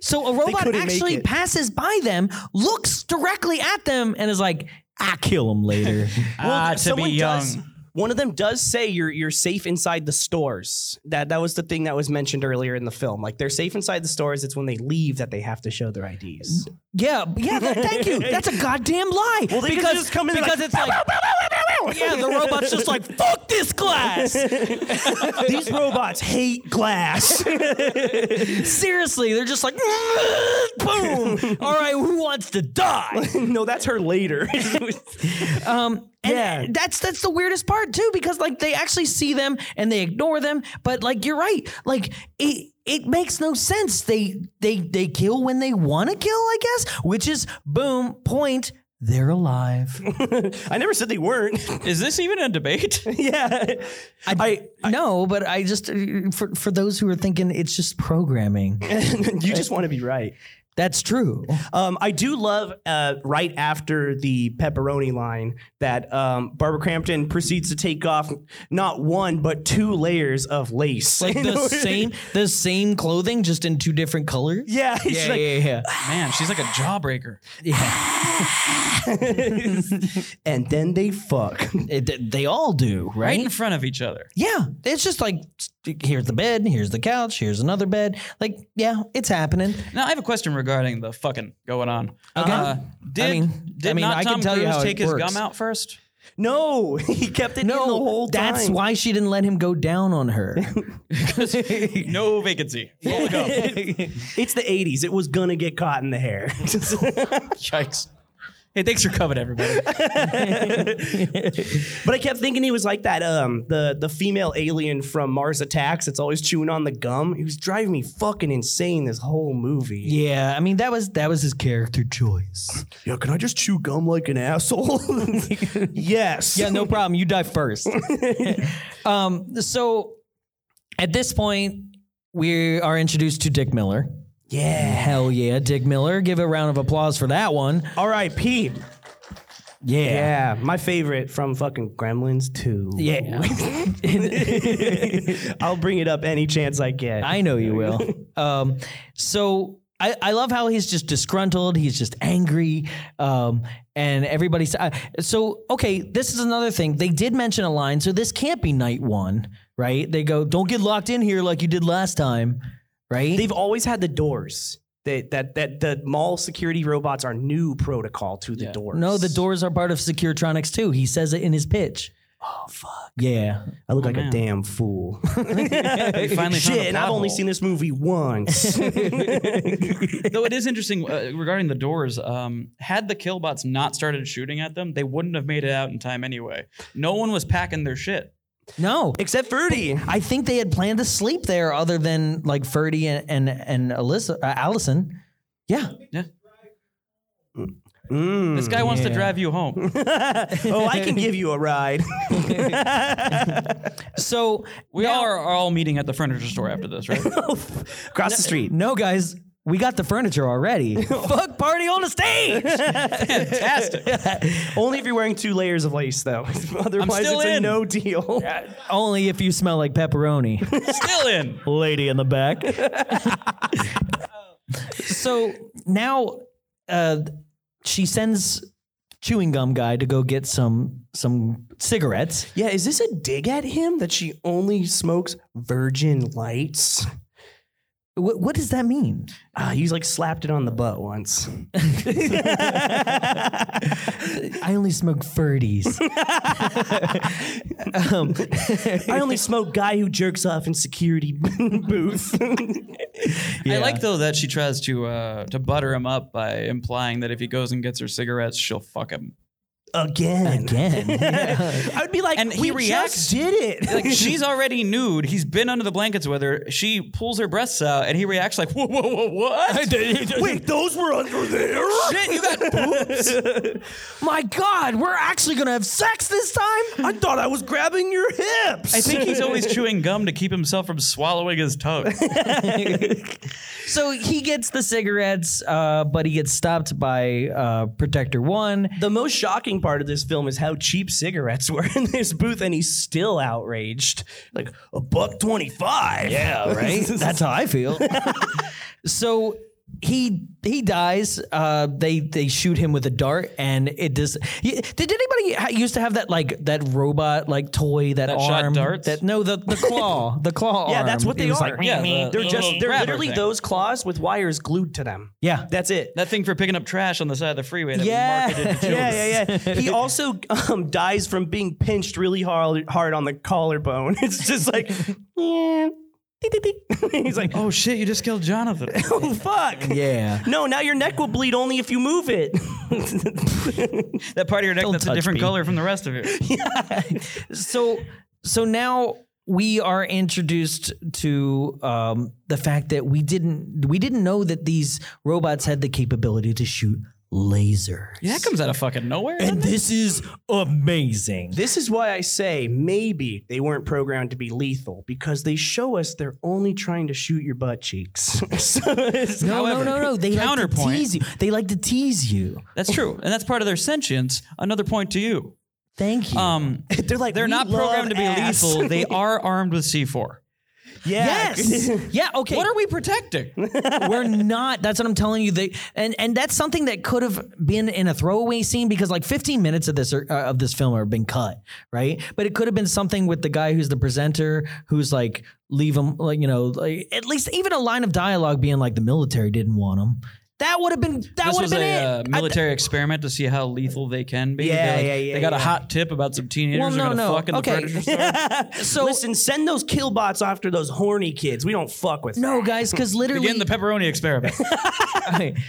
So a robot couldn't make actually it. passes by them, looks directly at them, and is like, I kill them <laughs> later. ah, to be someone young. does- one of them does say you're you're safe inside the stores. That that was the thing that was mentioned earlier in the film. Like they're safe inside the stores. It's when they leave that they have to show their IDs. yeah, yeah, th- thank you. That's a goddamn lie. Well, they could just come in because like, it's like, yeah, the robot's just like, fuck this <laughs> glass. These robots hate glass. <laughs> Seriously, they're just like, <laughs> boom. All right, who wants to die? no, that's her later. <laughs> And Yeah. that's that's the weirdest part too, because like they actually see them and they ignore them. But like you're right, like it it makes no sense. They they they kill when they want to kill, I guess, which is boom point. They're alive. I never said they weren't. <laughs> Is this even a debate? yeah. <laughs> I, no, but uh, <laughs> I just for for those who are thinking it's just programming. you just want to be right. That's <laughs> true. Um, I do love uh, right after the pepperoni line that um, Barbara Crampton proceeds to take off not one but two layers of lace. <laughs> Like In the order- same the same clothing, just in two different colors. Yeah, she's Yeah, like, yeah, yeah. "Ah, Man, she's like a jawbreaker. and then they fuck. <laughs> It- they all do, Right right? in front of each other. Yeah, it's just like here's the bed, here's the couch, here's another bed. Like, yeah, it's happening. Now I have a question regarding the fucking going on. Uh-huh. Okay. did I mean- did I mean, not I can Tom tell you Cruise how it take his works. gum out <laughs> first? No, he kept it in the whole time. that's why she didn't let him go down on her. No vacancy. Full <laughs> gum. it's the 80s. It was gonna get caught in the hair. <laughs> Yikes. Hey, thanks for <laughs> coming, everybody. But I kept thinking he was like that um the the female alien from Mars Attacks that's always chewing on the gum. He was driving me fucking insane this whole movie. yeah, I mean that was that was his character choice. Yo, can I just chew gum like an asshole? <laughs> yes. Yeah, no problem. You die first. <laughs> um, so at this point, we are introduced to Dick Miller. Yeah. Hell yeah, Dick Miller. Give a round of applause for that one. R.I.P. Yeah. Yeah, my favorite from fucking Gremlins 2. <laughs> I'll bring it up any chance I get. I know you will. <laughs> Um, so I, I love how he's just disgruntled. He's just angry. Um, and everybody's uh, so okay. This is another thing. They did mention a line, so this can't be night one, right? They go, "Don't get locked in here like you did last time," right? They've always had the doors. They, that that the mall security robots are new protocol to the doors. no, the doors are part of Securetronics too. He says it in his pitch. Oh fuck. Yeah. I look like a damn <laughs> fool. We finally found a Shit, and I've plot only hole. seen this movie <laughs> once. Though it is interesting uh, regarding the doors. Um, had the killbots not started shooting at them, they wouldn't have made it out in time anyway. No one was packing their shit. No. Except Ferdy. I think they had planned to sleep there, other than like Ferdy and and, and Alyssa, uh, Allison. Yeah. Mm. This guy wants to drive you home. oh, I can give you a <laughs> ride. So We all are, are all meeting at the furniture store after this, right? Across the street. No, guys, we got the furniture already. Fuck party on the stage. Fantastic. Only if you're wearing two layers of lace, though. <laughs> Otherwise, still it's a in. no <laughs> deal. <laughs> Only if you smell like pepperoni. Still in. Lady in the back. <laughs> so now uh, she sends chewing gum guy to go get some some cigarettes. Yeah, is this a dig at him that she only smokes Virgin Lights? Wh- what does that mean? Uh, he's like slapped it on the butt once. I only smoke 30s. um, I <laughs> only smoke guy who jerks off in security <laughs> booth. I like though that she tries to uh, to butter him up by implying that if he goes and gets her cigarettes, she'll fuck him. Again. again. I would be like, And and he we reacts- just did it. <laughs> <laughs> Like she's already nude. He's been under the blankets with her. She pulls her breasts out, and he reacts like, "Whoa, whoa, whoa, what? Wait, those were under there? Shit, <laughs> you got boobs? My God, we're actually going to have sex this time? I thought I was grabbing your hips. I think he's always chewing gum to keep himself from swallowing his tongue. So he gets the cigarettes, uh, but he gets stopped by uh, Protector One. the most shocking part of this film is how cheap cigarettes <laughs> were in this booth, and he's still outraged. Like a buck twenty-five. <laughs> Yeah, <laughs> That's how I feel. so he he dies. Uh, they they shoot him with a dart, and it does. y- Did anybody ha- used to have that like that robot like toy that, That shot arm darts? that no the the <laughs> claw the claw yeah, that's arm. what It they was are. like, Yeah, the- they're just the they're grabber literally thing. those claws with wires glued to them. yeah. That's it. That thing for picking up trash on the side of the freeway. That Yeah. We marketed to <laughs> <laughs> children. yeah, yeah, <laughs> yeah. He also um, dies from being pinched really hard, hard on the collarbone. <laughs> It's just like, yeah. Tick, tick, tick. <laughs> He's like, Oh shit! You just killed Jonathan. oh fuck. Yeah. No, now your neck will bleed only if you move it. <laughs> that part of your neck that's a touch different me. color from the rest of it. So so now we are introduced to um, the fact that we didn't we didn't know that these robots had the capability to shoot lasers. Yeah, that comes out of fucking nowhere. and doesn't it? this is amazing. This is why I say maybe they weren't programmed to be lethal because they show us they're only trying to shoot your butt cheeks. <laughs> So it's- no, However, no, no, no. They like to counterpoint- tease you. They like to tease you. that's true, and that's part of their sentience. Another point to you. Thank you. <laughs> Um, they're like they're "We not love programmed to be ass." lethal. They are armed with C4. yeah. yes. <laughs> yeah. Okay. What are we <laughs> protecting? We're not. That's what I'm telling you. They and and that's something that could have been in a throwaway scene because like 15 minutes of this are, uh, of this film are been cut, right? But it could have been something with the guy who's the presenter who's like leave him like you know like at least even a line of dialogue being like the military didn't want him. That would have been that this would have was been a uh, it. I- military experiment to see how lethal they can be. Yeah, They're like- yeah, yeah, They got a yeah. hot tip about some teenagers well, who no, are gonna no. fuck in the predator store. Okay. so Listen, send those kill bots after those horny kids. We don't fuck with no, that. guys, because literally Begin the pepperoni experiment.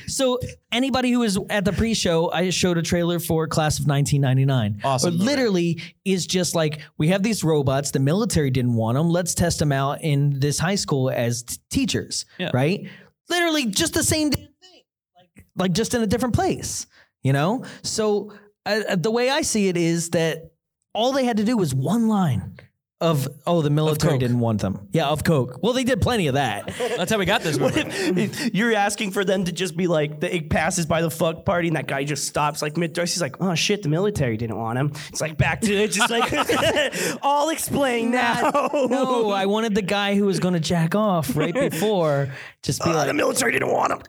So anybody who was at the pre-show, I showed a trailer for Class of 1999. Awesome It movie. Literally is just like we have these robots. The military didn't want them. Let's test them out in this high school as t- teachers, Yeah. right? Literally just the same damn thing, like like just in a different place, you know. So uh, uh, the way I see it is that all they had to do was one line. Of oh the military Coke. didn't want them yeah of coke well they did plenty of that That's how we got <laughs> this movie. You're asking for them to just be like, the, it passes by the fuck party, and that guy just stops like mid thrust. He's like, oh shit, the military didn't want him. It's like back to it, just like <laughs> all explained now. <laughs> No, I wanted the guy who was going to jack off right before. Just <laughs> be Ah, the like, military didn't want him.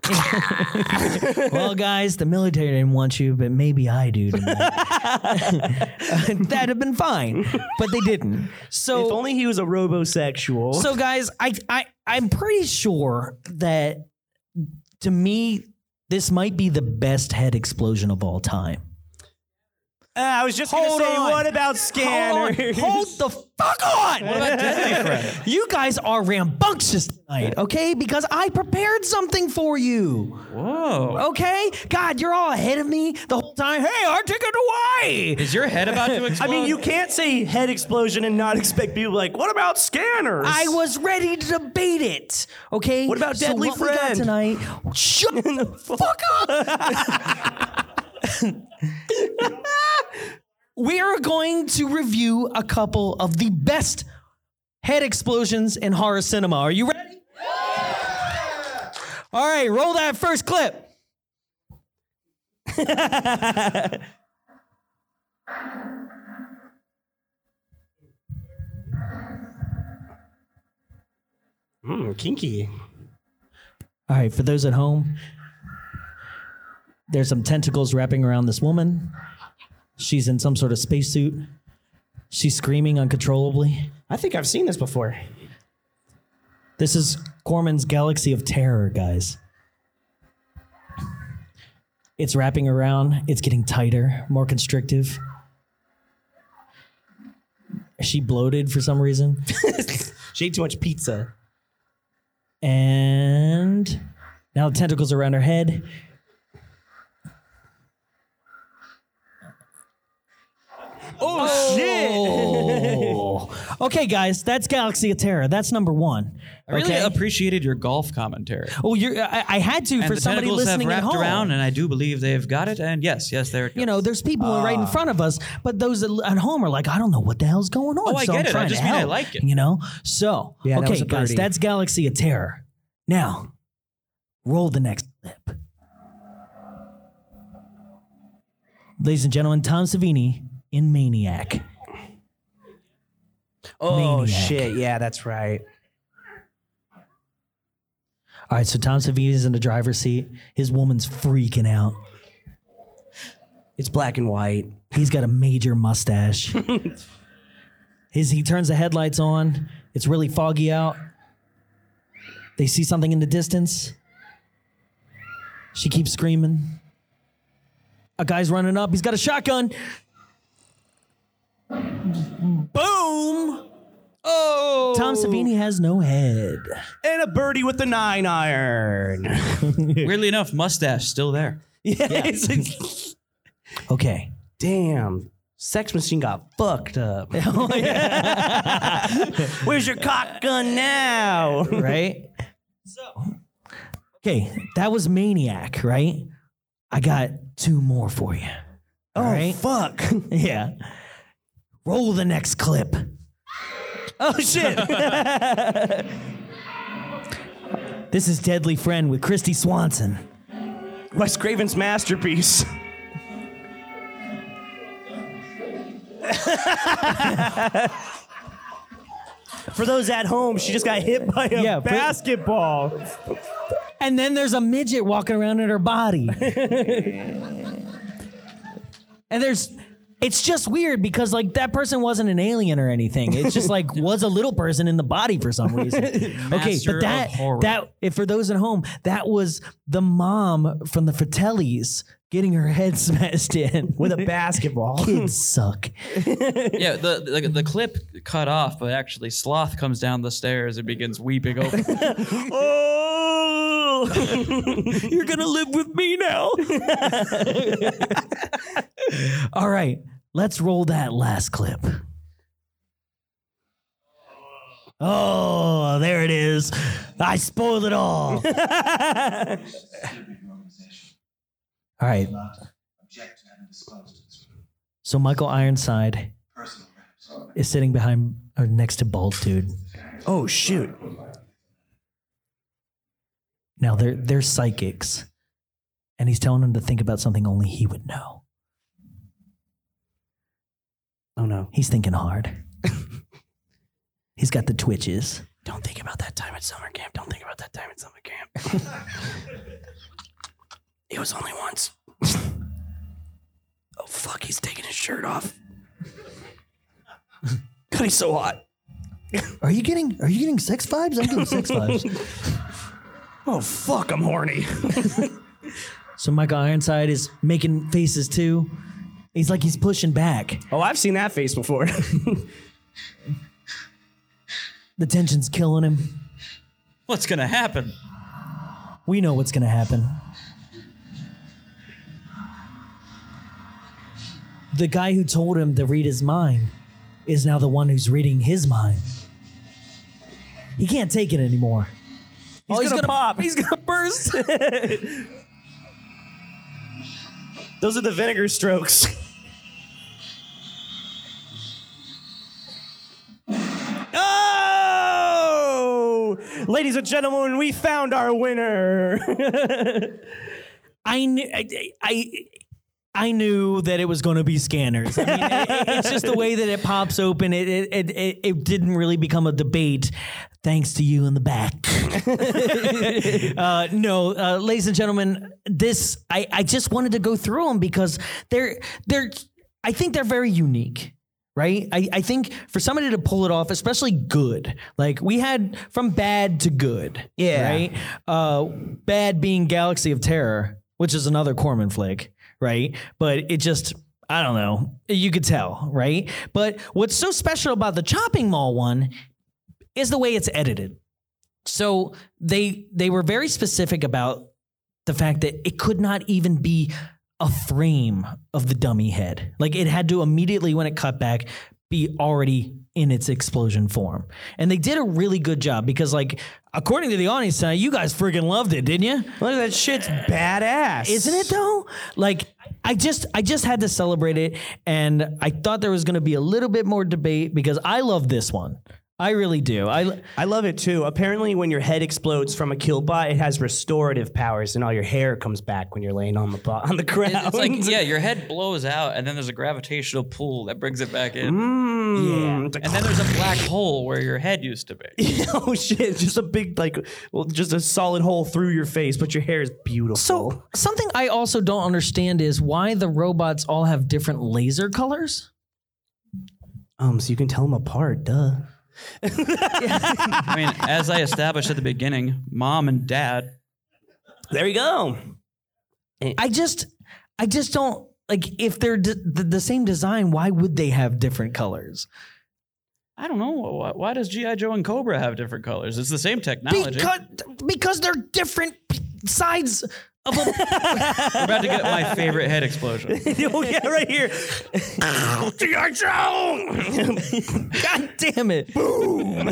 well, guys, the military didn't want you, but maybe I do. Tonight. <laughs> That'd have been fine, but they didn't. So if only he was a robosexual. So guys, I I I'm pretty sure that to me this might be the best head explosion of all time. Uh, I was just going to Hold say, on. what about Hold, on. scanners? Hold the fuck on. <laughs> you guys are rambunctious tonight, okay? Because I prepared something for you. Whoa. Okay? God, you're all ahead of me the whole time. Hey, our ticket to Hawaii. Is your head about to I explode? mean, you can't say head explosion and not <laughs> expect people like, what about scanners? I <laughs> was ready to debate it. Okay? What about So Deadly what we got Friend? tonight? Shut the fuck up. we are going to review a couple of the best head explosions in horror cinema. Are you ready? All right, roll that first clip. Mm, kinky. All right, for those at home, there's some tentacles wrapping around this woman. She's in some sort of spacesuit. She's screaming uncontrollably. I think I've seen this before. This is Corman's galaxy of terror, guys. It's wrapping around, it's getting tighter, more constrictive. Is she bloated for some <laughs> reason? She ate too much pizza. And now the tentacles around her head. Oh, shit! Oh. okay, guys, that's Galaxy of Terror. That's number one. I really okay? appreciated your golf commentary. oh, you're. I, I had to And for the somebody tentacles listening have at wrapped home. around, and I do believe they've got it. And yes, yes, there it goes. you know, there's people Ah. right in front of us, but those at at home are like, I don't know what the hell's going on. Oh, I so get I'm it. I Trying just to mean I help, like it. You know, so Yeah, that okay, was a guys, birdie. that's Galaxy of Terror. Now, roll the next clip, ladies and gentlemen. Tom Savini in Maniac. Oh Maniac. shit! Yeah, that's right. All right, so Tom Savini's in the driver's seat. His woman's freaking out. It's black and white. He's got a major <laughs> mustache. His he turns the headlights on. It's really foggy out. They see something in the distance. She keeps screaming. A guy's running up. He's got a shotgun. Boom! Oh, Tom Savini has no head. and a birdie with the nine iron. <laughs> weirdly enough, mustache still there. <laughs> Yes. <laughs> Okay. <laughs> Damn, sex machine got fucked <laughs> up. Oh, <laughs> Where's your cock gun now? Right? so, okay, that was Maniac, right? I got two more for you. Oh, right. <laughs> fuck. Yeah. Roll the next clip. Oh <laughs> shit. this is Deadly Friend with Christy Swanson. Wes Craven's masterpiece. For those at home, she just got hit by a Yeah, but- basketball. And then there's a midget walking around in her <laughs> body. and there's it's just weird because like that person wasn't an alien or anything. It's just <laughs> like was a little person in the body for some reason. okay, Master but of that horror. that if for those at home, that was the mom from the Fratellis getting her head <laughs> smashed in with a basketball. Kids suck. Yeah, the, the the clip cut off, but actually Sloth comes down the stairs and begins weeping over. <laughs> oh! You're gonna live with me now. All right, let's roll that last clip. Oh, there it is. I spoiled it <laughs> all. all right. So Michael Ironside is sitting behind or next to Bald Dude. oh shoot! Now they're they're psychics. And he's telling him to think about something only he would know. Oh no! He's thinking <laughs> hard. he's got the twitches. Don't think about that time at summer camp. Don't think about that time at summer camp. <laughs> it was only once. <laughs> oh fuck! He's taking his shirt off. <laughs> God, he's so hot. Are you getting are you getting sex vibes? I'm getting sex vibes. Oh fuck! I'm horny. <laughs> <laughs> So Michael Ironside is making faces too. He's like he's pushing back. oh, I've seen that face before. <laughs> The tension's killing him. What's gonna happen? We know what's gonna happen. The guy who told him to read his mind is now the one who's reading his mind. He can't take it anymore. oh, he's gonna, pop. He's gonna burst. Those are the vinegar strokes. <laughs> oh! Ladies and gentlemen, we found our winner. <laughs> <laughs> I knew I, I I knew that it was going to be scanners. I mean, it- it- it's just the way that it pops open. It it, it it it didn't really become a debate, thanks to you in the back. uh, no, uh, ladies and gentlemen, this I I just wanted to go through them because they're they're I think they're very unique. Right, I, I think for somebody to pull it off, especially good, like we had from bad to good, Yeah. right? Uh, bad being Galaxy of Terror, which is another Corman flick, right? But it just, I don't know. You could tell, right? But what's so special about the Chopping Mall one is the way it's edited. So they they were very specific about the fact that it could not even be a frame of the dummy head. Like it had to immediately when it cut back be already in its explosion form. And they did a really good job because like according to the audience tonight, you guys freaking loved it, didn't you? Look at that shit's badass. Isn't it though? Like I just I just had to celebrate it and I thought there was going to be a little bit more debate because I love this one. I really do. I I love it too. Apparently, when your head explodes from a killbot, it has restorative powers, and all your hair comes back when you're laying on the bo- on the ground. It's like <laughs> yeah, your head blows out, and then there's a gravitational pull that brings it back in, Mm. and then there's a black hole where your head used to be. <laughs> oh shit! Just a big like, well, just a solid hole through your face, but your hair is beautiful. So something I also don't understand is why the robots all have different laser colors. um, so you can tell them apart, duh. I mean, as I established at the beginning, mom and dad. There you go. I just, I just don't like if they're d- the, the same design. Why would they have different colors? I don't know why, why does GI Joe and Cobra have different colors. It's the same technology. Because because they're different p- sides <laughs> We're about to get my favorite head explosion. oh yeah, right here. G.I. Joe! God damn it! Boom!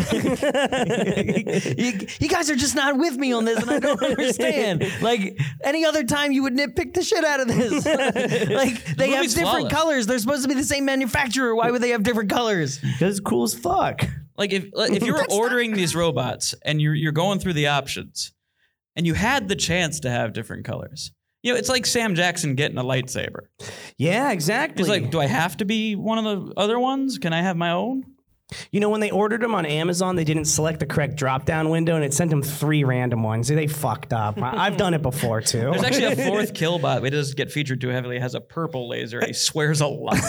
<laughs> you, you guys are just not with me on this, and I don't understand. Like any other time, you would nitpick the shit out of this. <laughs> like they have movie's different flawless. colors. They're supposed to be the same manufacturer. Why would they have different colors? Because it's cool as fuck. Like if like, if you were ordering these robots and you're you're going through the options, and you had the chance to have different colors. You know, it's like Sam Jackson getting a lightsaber. Yeah, exactly. He's like, do I have to be one of the other ones? Can I have my own? you know, when they ordered them on Amazon, they didn't select the correct drop down window and it sent them three random ones. They fucked up. I- I've done it before too. There's <laughs> actually a fourth killbot, but it doesn't get featured too heavily. It has a purple laser. and He swears a <laughs> lot.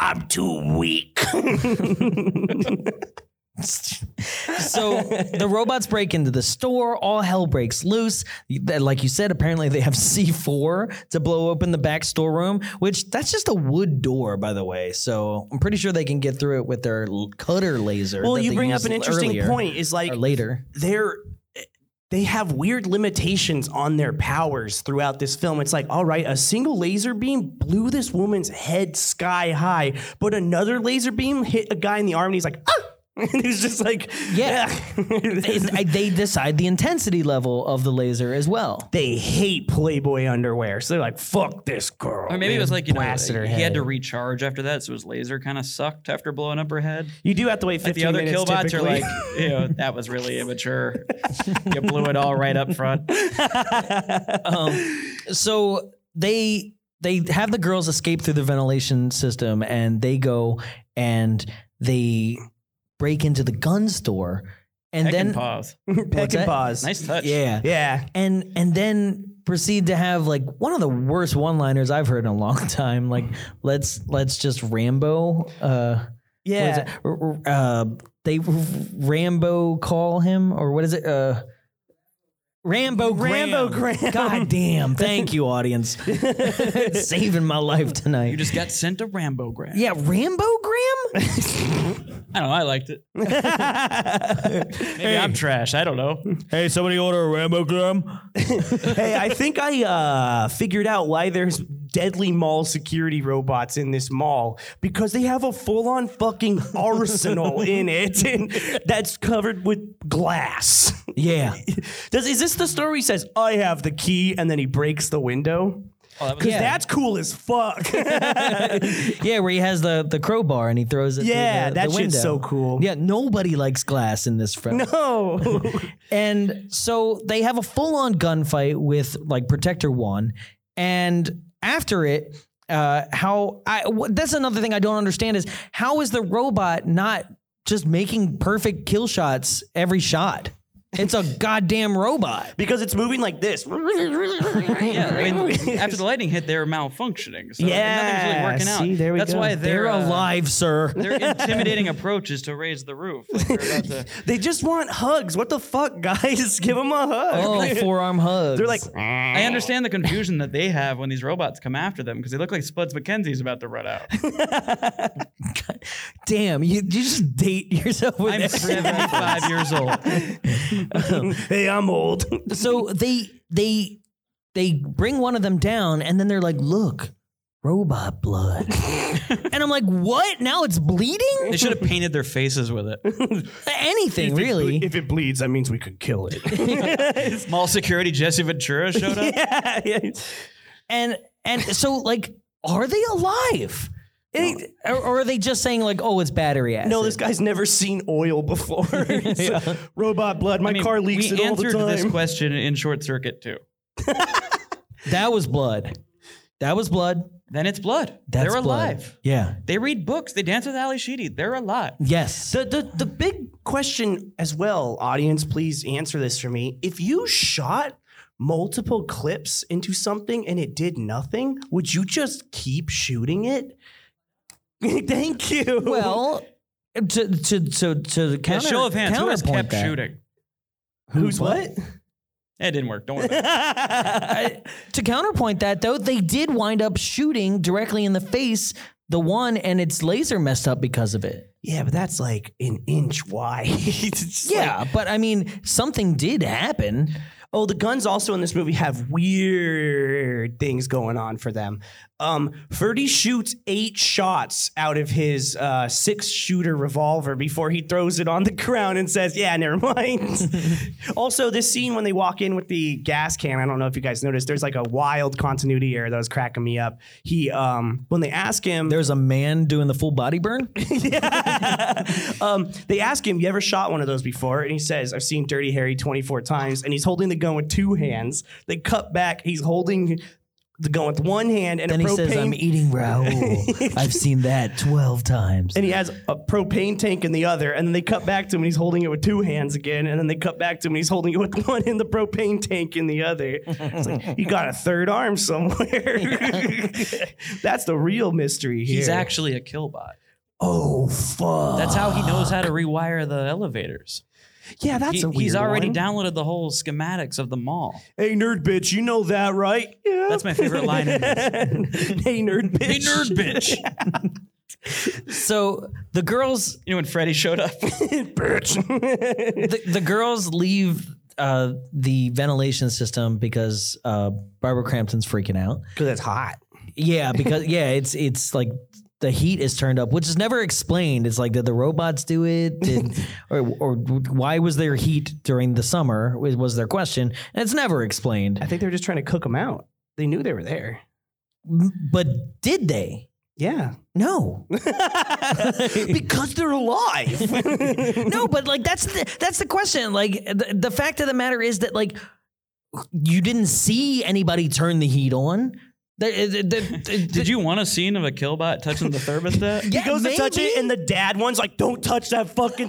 I'm too weak. <laughs> So the robots break into the store. All hell breaks loose. That- Like you said, apparently they have <laughs> C4 to blow open the back storeroom, which that's just a wood door, by the way. So I'm pretty sure they can get through it with their l- cutter laser. Well, that you they bring up used an interesting earlier, point is like Or later. they're they have weird limitations on their powers throughout this film. It's like, all right, a single laser beam blew this woman's head sky high, but another laser beam hit a guy in the arm and he's like, ah! <laughs> And he's just like, Yeah. <laughs> It- I- they decide the intensity level of the laser as well. they hate Playboy underwear. So they're like, fuck this girl. Or maybe it was like you know Blasted her he head. had to recharge after that, so his laser kind of sucked after blowing up her head. You do have to wait Like 15 the other minutes killbots are typically. like, <laughs> you know, that was <laughs> really immature. you blew it all right up front. <laughs> Um, Um, So they they have the girls escape through the ventilation system and they go and they break into the gun store and Heck then and pause. peck and that? pause. Nice touch. yeah Yeah. and and then proceed to have like one of the worst one-liners I've heard in a long <laughs> time like let's let's just Rambo uh what is Yeah. it? R- r- uh, they Rambo call him, or what is it? Uh, Rambo Graham. Rambo Graham. God damn. Thank you, <laughs> audience. Saving my life tonight. You just got sent a Rambo grab. yeah, Rambo Graham? I don't know. I <laughs> liked it. <laughs> Maybe I'm trash. I don't know. hey, somebody order a Rambo Graham. hey, I think I uh, figured out why there's deadly mall security robots in this mall because they have a full on fucking <laughs> arsenal in it, and that's covered with glass. Yeah. Does is this the story? Where he says, "I have the key," and then he breaks the window. Oh, that was- Because that's cool as fuck. <laughs> Yeah, where he has the, the crowbar and he throws it. through Yeah, the, that the shit's window. so cool. Yeah, nobody likes glass in this film. no. And so they have a full on gunfight with like Protector One. And after it, uh, how I wh- that's another thing I don't understand is how is the robot not just making perfect kill shots every shot? It's a goddamn robot. because it's moving like this. <laughs> yeah, I mean, after the lightning hit, they were malfunctioning. So nothing's really Yeah, working out. see, there we That's go. why They're, they're, uh, alive, sir. <laughs> Their intimidating approach is to raise the roof. Like they're about to, They just want hugs. What the fuck, <laughs> guys? Give them a hug. <laughs> Oh, forearm <laughs> hugs. They're like, <laughs> I understand the confusion that they have when these robots come after them because they look like Spuds McKenzie's about to <laughs> run out. damn, you, you just date <laughs> yourself with I'm that. 75 years old. hey, I'm old. so they they they bring one of them down and then they're like look robot blood and i'm like what now it's <laughs> bleeding They should have painted their faces with it. <laughs> anything really If it bleeds, that means we could kill <laughs> it. Mall security Jesse Ventura showed up. <laughs> yeah, yeah. and and so like are they alive It- or, or are they just saying like oh it's battery acid No, this guy's never seen oil before. <laughs> It's <laughs> Robot blood. My I mean, car leaks we it all the answered time. this question in Short Circuit too. that was blood that was blood Then it's blood. that's They're blood. alive. yeah They read books. They dance with Ali Sheedy. They're alive. yes The, the the big question as well, audience, please answer this for me. If you shot multiple clips into something and it did nothing, would you just keep shooting it? <laughs> Thank you. well to to to to Yeah, counter, show of hands. Who has counterpoint kept that- shooting? who's what? Eh, It didn't work. Don't worry. <laughs> About it. to counterpoint that though, they did wind up shooting directly in the face the one and its laser messed up because of it. Yeah, but that's like an inch wide. <laughs> It's just like- yeah, but I mean something did happen. Oh, the guns also in this movie have weird things going on for them. Um, Ferdy shoots eight shots out of his uh, six shooter revolver before he throws it on the <laughs> ground and says, Yeah, never mind. also, this scene when they walk in with the gas can, I don't know if you guys noticed, there's like a wild continuity error that was cracking me up. He, um, when they ask him, There's a man doing <laughs> the full body burn. Um, they ask him, "You ever shot one of those before?" And he says, "I've seen Dirty Harry 24 times." And he's holding the gun with two hands. They cut back. He's holding the gun with one hand and Then a he propane. says, "I'm e-" eating <laughs> Raoul. I've seen that twelve times." and he has a propane tank in the other, and then they cut back to him and he's holding it with two hands again, and then they cut back to him and he's holding it with one in the propane tank in the other. It's like you got a third arm somewhere. That's the real mystery here. He's actually a killbot. oh fuck. That's how he knows how to rewire the elevators. yeah, that's He- a weird he's already one. downloaded the whole schematics of the mall. Hey nerd bitch, you know that, right? <laughs> Yeah. That's my favorite line. <laughs> In this. hey, nerd bitch. Hey, nerd bitch. so the girls, You know when Freddy showed up? <laughs> the, the girls leave uh, the ventilation system because uh, Barbara Crampton's freaking out. Because it's hot. Yeah, because yeah, it's it's like the heat is turned up, which is never explained. It's like did the robots do it, did, or or why was there heat during the summer? Was was their question, and it's never I explained. think they were just trying to cook them out. They knew they were there. But did they? Yeah. No, because they're alive. <laughs> no. But like that's the, that's the question. Like the, the fact of the matter is that like you didn't see anybody turn the heat on. Did you want a scene of a killbot touching <laughs> the thermostat? he goes to touch it, and the dad one's like, don't touch that fucking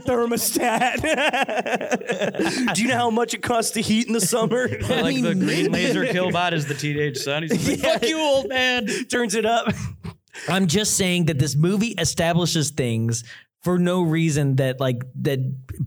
thermostat. <laughs> Do you know how much it costs to heat in the summer? <laughs> Like the mean, green laser killbot is the teenage son. He's just like, "Fuck you, old man." Turns it up. <laughs> I'm just saying that this movie establishes things for no reason that like that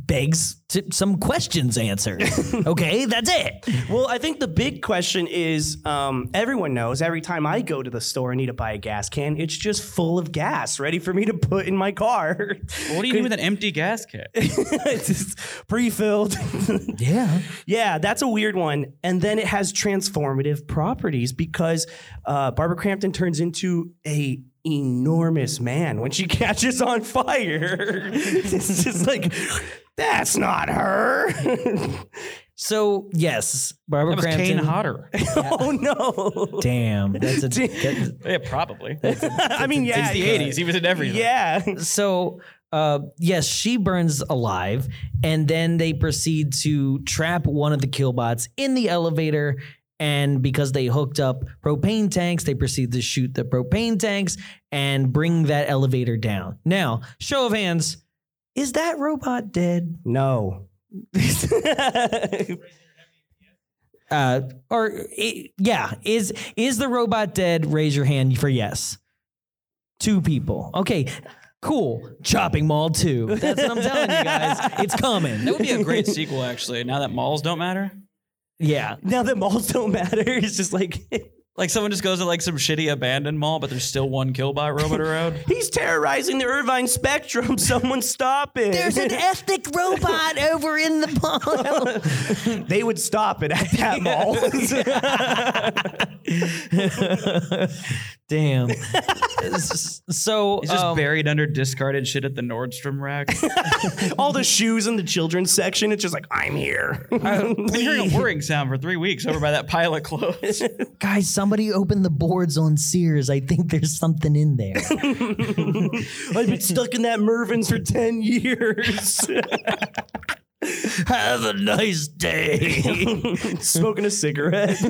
begs to some questions <laughs> answered. okay, that's it. Well, I think the big question is um, everyone knows every time I go to the store and need to buy a gas can, it's just full of gas ready for me to put in my car. <laughs> What do you do with an empty gas can? it's just pre-filled. <laughs> Yeah. yeah, that's a weird one. And then it has transformative properties because uh, Barbara Crampton turns into a enormous man when she <laughs> catches on fire. <laughs> it's just like that's not her. <laughs> So yes, Barbara That was Crampton. Kane Hodder. oh no. Damn, <laughs> that's a. that- yeah, probably. I mean, <laughs> yeah, it's the yeah. 80s. He was in everything. Yeah. so uh, yes, she burns alive, and then they proceed to trap one of the killbots in the elevator. And because they hooked up propane tanks, they proceed to shoot the propane tanks and bring that elevator down. Now, show of hands, is that robot dead? <laughs> No. Uh, or i yeah, is is the robot dead? Raise your hand for yes. Two people. Okay, cool. Chopping Mall Two. That's what I'm telling you guys. It's coming. That would be a great sequel, actually. Now that malls don't matter. Yeah. now that malls don't matter, <laughs> it's just like Like someone just goes to like some shitty abandoned mall, but there's still one killbot roaming around. he's terrorizing the Irvine Spectrum. <laughs> Someone stop it. There's <laughs> an ethnic robot over in the mall. <laughs> they would stop it at that mall. <laughs> Damn. <laughs> so He's just um, buried under discarded shit at the <laughs> Nordstrom rack. <laughs> All the shoes in the children's section, it's just like, I'm <laughs> here. Been hearing a whirring sound for three weeks over by that pile <laughs> of clothes. <laughs> guys, somebody opened the boards on Sears. I think there's something in there. I've been stuck in that Mervin's for 10 years. <laughs> Have a nice day. <laughs> Smoking a cigarette. <laughs>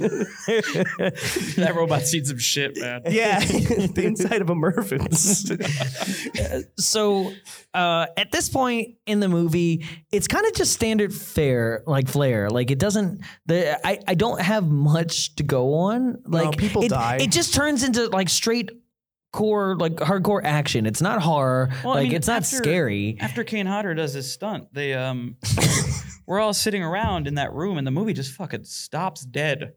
that robot's seen some shit, man. yeah, <laughs> the inside of a Mervin's. <laughs> so uh, at this point in the movie, it's kind of just standard fare, like flair. Like it doesn't. The I, I don't have much to go on. Like people it, die. It just turns into like straight core, like hardcore action. It's not horror. Well, I like mean, it's not after- scary. After Kane Hodder does his stunt, they <laughs> um, we're all sitting around in that room, and the movie just fucking stops dead.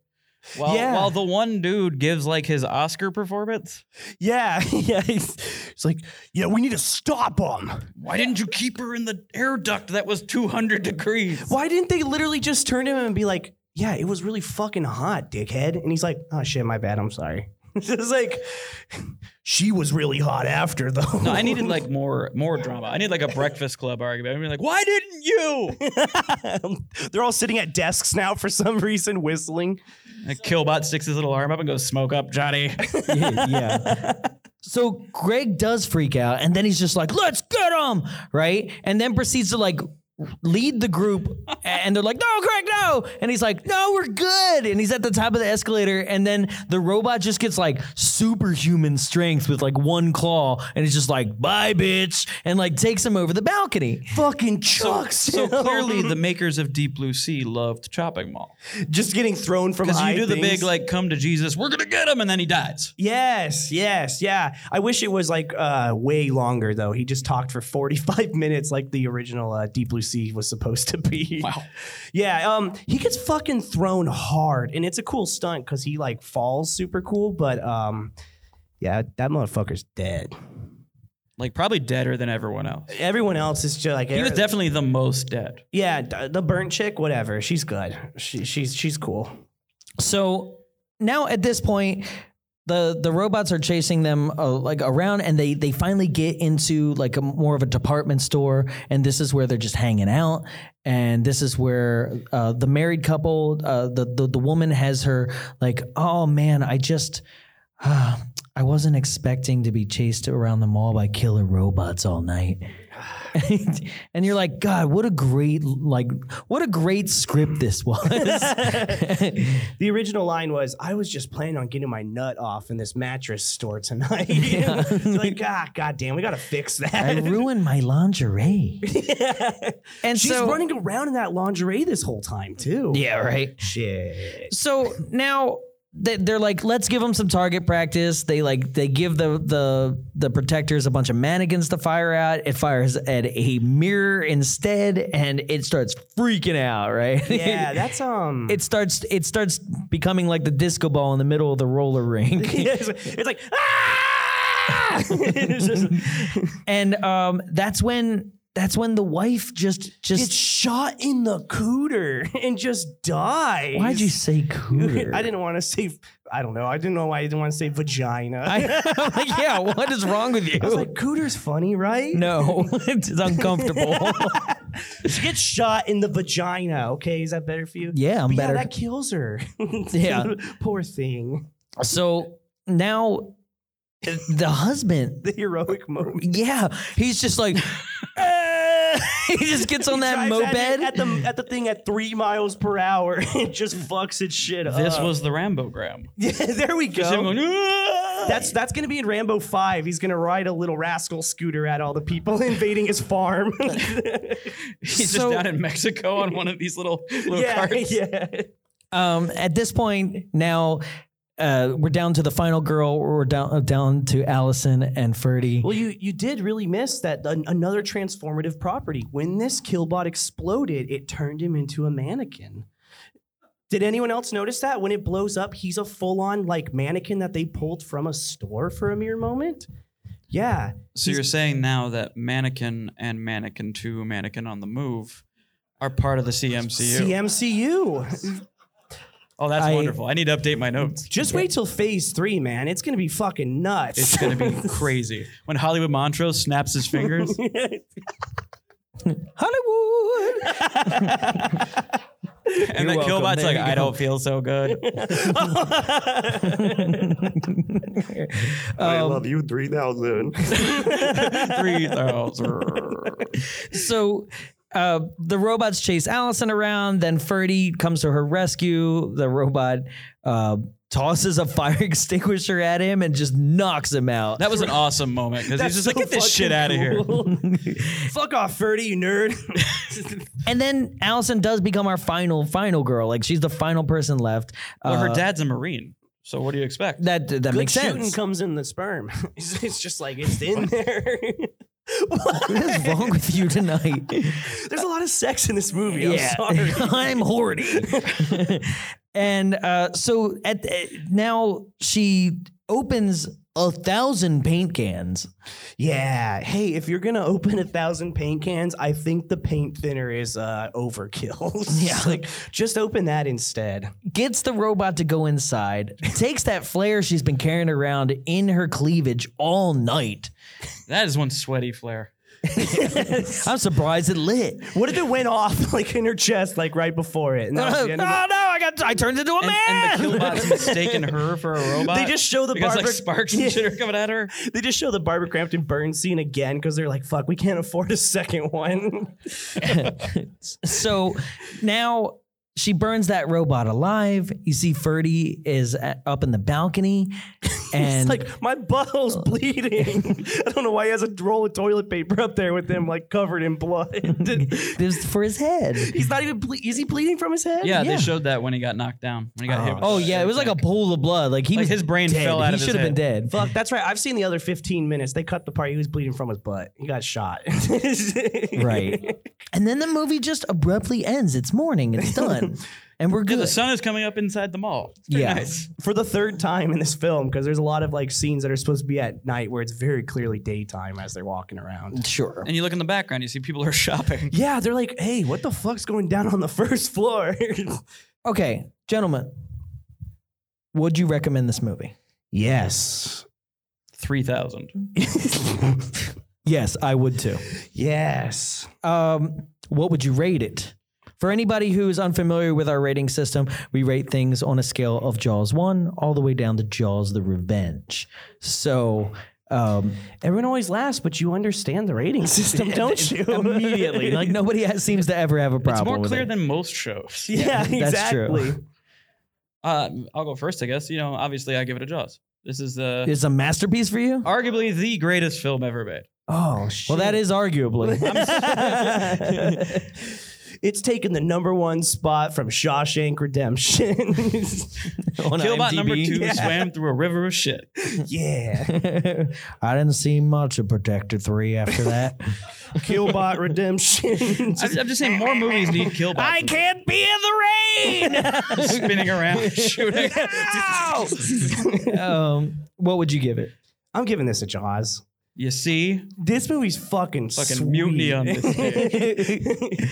While, Yeah. while the one dude gives like his Oscar performance. yeah, <laughs> yeah. He's, he's like, yeah, we need to stop them. Why didn't you keep her in the air duct that was 200 degrees? Why didn't they literally just turn to him and be like, yeah, it was really fucking hot, dickhead. And he's like, oh shit, my bad, I'm sorry. <laughs> it's like, she was really hot after though. No, I needed like more more drama. I need like a Breakfast Club argument. I mean, like, why didn't you? <laughs> They're all sitting at desks now for some reason, whistling. And Killbot sticks his little arm up and goes, "Smoke up, Johnny." yeah. So Greg does freak out, and then he's just like, "Let's get him!" Right, and then proceeds to like lead the group, and they're like, "No, Greg, no!" And he's like, "No, we're good!" And he's at the top of the escalator, and then the robot just gets like superhuman strength with like one claw, and he's just like, "Bye, bitch!" and like takes him over the balcony. Fucking chucks. <laughs> so clearly, the makers of Deep Blue Sea loved Chopping Mall just getting thrown from because high you do the things. big like, "Come to Jesus, we're gonna get him," and then he dies. Yes, yes, yeah. I wish it was like uh, way longer though. He just talked for 45 <laughs> minutes like the original uh, Deep Blue Sea was supposed to be. Wow. yeah, um he gets fucking thrown hard and it's a cool stunt cuz he like falls super cool, but um yeah, that motherfucker's dead. Like probably deader than everyone else. Everyone else is just like He was definitely the most dead. Yeah, d- the burnt chick, whatever. She's good. She, she's she's cool. So now at this point, the the robots are chasing them uh, like around, and they they finally get into like a more of a department store, and this is where they're just hanging out, and this is where uh, the married couple, uh, the, the the woman has her like, oh man, I just. <sighs> ah, I wasn't expecting to be chased around the mall by killer robots all night. <laughs> and you're like, God, what a great like what a great script this was. The original line was, "I was just planning on getting my nut off in this mattress <laughs> store tonight." <laughs> It's like, ah, goddamn, we gotta fix that. I <laughs> ruined my lingerie. and She's so, running around in that lingerie this whole time too. Yeah, right. Shit. <laughs> So now they- they're like, let's give them some target practice. They like they give the the the protectors a bunch of mannequins to fire at. It fires at a mirror instead, and it starts freaking out. Right? <laughs> Yeah, that's um. it starts it starts becoming like the disco ball in the middle of the roller rink. <laughs> <laughs> it's, it's like ah. <laughs> it's just, and um, that's when that's when the wife just just it's shot in the cooter and just dies. why'd <laughs> you say cooter? I didn't want to say. I don't know. I didn't know why I didn't want to say vagina. I, I, <laughs> am like, yeah, what is wrong with you? was like, cooter's funny, right? Oh. <laughs> no, it's uncomfortable. She gets shot in the vagina. Okay, is that better for you? <laughs> Yeah, I'm But better. Yeah, that kills her. <laughs> Yeah. poor thing. so now the husband, The heroic moment. yeah, he's just <laughs> like, <laughs> "Eh," he just gets on that Drives moped. at, it- at the at the thing at three miles per hour <laughs> and just fucks its shit up. This was the Rambogram. <laughs> yeah, there we Just him go. going, "Ah!" That's that's gonna be in Rambo Five. He's gonna ride a little rascal scooter at all the people <laughs> invading his farm. <laughs> He's So- just down in Mexico on one of these little little yeah, carts. yeah. um, at this point now. Uh, we're down to the final girl. We're down uh, down to Allison and Ferdy. Well, you you did really miss that an- another transformative property. When this killbot exploded, it turned him into a mannequin. Did anyone else notice that when it blows up, he's a full-on like mannequin that they pulled from a store for a mere moment? Yeah, So you're saying now that Mannequin and Mannequin 2, Mannequin on the Move, are part of the CMCU. <laughs> CMCU. oh, that's I- wonderful. I need to update my notes. Just wait till Phase Three, man. It's gonna be fucking nuts. It's going <laughs> to be crazy. When Hollywood Montrose snaps <laughs> his fingers, Hollywood. and the welcome. Killbot's There like, you I go." don't feel <laughs> so good. I love you 3000. Three thousand. so uh, the robots chase Allison around. Then Ferdy comes to her rescue. The robot uh, tosses a <laughs> fire extinguisher at him and just knocks him out. That was an awesome moment because he's just like, so get this shit fucking out of here. <laughs> Fuck off, Ferdy, you nerd. and then Allison does become our final, final girl. Like she's the final person left. Well, her Uh, dad's a Marine. So what do you expect? that that Good makes shooting sense. comes in the sperm. <laughs> It's, it's just like it's in there. <laughs> what is wrong with you tonight? <laughs> <laughs> There's a lot of sex in this movie. <laughs> I'm sorry. I'm <laughs> horny. and uh, so at uh, now she opens a thousand paint cans. <laughs> Yeah. Hey, if you're gonna open a thousand paint cans, I think the paint thinner is uh, overkill. <laughs> yeah. Like, just open that instead. Gets the robot to go inside, takes that flare she's been carrying around in her cleavage all night. That is one sweaty flare. I'm surprised it lit. What if it went off <laughs> like in her chest, like right before it? And that was oh the no, end <laughs> of it? I got I turned into a And, Oh, man. <laughs> and the <laughs> killbots mistaken her for a robot. They just show the because Barbara- like sparks <laughs> and shit are coming at her. They just show the Barbara Crampton burn scene again because they're like, "Fuck, we can't afford a second one." <laughs> so now she burns that robot alive. You see Ferdy is at, up in the <laughs> balcony and it's like my <laughs> butthole's bleeding. I don't know why he has a roll of toilet paper up there with him like covered in blood. <laughs> this for his head. He's not even ble- is he bleeding from his head? Yeah, Yeah. they showed that when he got knocked down. When he got hit. with Oh the yeah, it was like a pool of blood. Like he Like was his brain dead. fell out He of his should have been dead. Fuck, that's right. I've seen the other 15 minutes. They cut the part he was bleeding from his butt. He got shot. <laughs> <laughs> Right. And then the movie just abruptly ends. It's morning. It's <laughs> done. And we're Yeah, good. the sun is coming up inside the mall. It's pretty Yeah. nice. For the third time in this film, because there's a lot of like scenes that are supposed to be at night where it's very clearly daytime as they're walking around. Sure. And you look in the background, you see people are <laughs> shopping. Yeah, they're like, hey, what the fuck's going down on the first floor? <laughs> Okay, gentlemen. Would you recommend this movie? yes. <laughs> Three thousand. Yes, I would too. Yes. Um, what would you rate it? For anybody who is unfamiliar with our rating system, we rate things on a scale of Jaws 1 all the way down to Jaws the Revenge. So, um, Everyone always laughs, but you understand the <laughs> rating system, don't you? immediately, <laughs> like nobody has, seems to ever have a problem. It's more with clear it. than most shows. yeah, that's true. exactly. <laughs> Uh, I'll go first, I guess. You know, obviously, I give it a Jaws. This is the It's a masterpiece for you? arguably the greatest film ever made. Oh, Well, that is arguably. <laughs> it's taken the number one spot from Shawshank <laughs> Redemption. on Killbot IMDb. number two swam through a river <laughs> of shit. yeah. I didn't see much of Protector 3 after that. Killbot <laughs> Redemption. I'm, I'm just saying, more <laughs> movies need Killbots. I can't be in the rain. <laughs> <laughs> spinning around, shooting. um, what would you give it? <laughs> I'm giving this a Jaws. You see, This movie's fucking fucking sweet. mutiny <laughs> on this. day.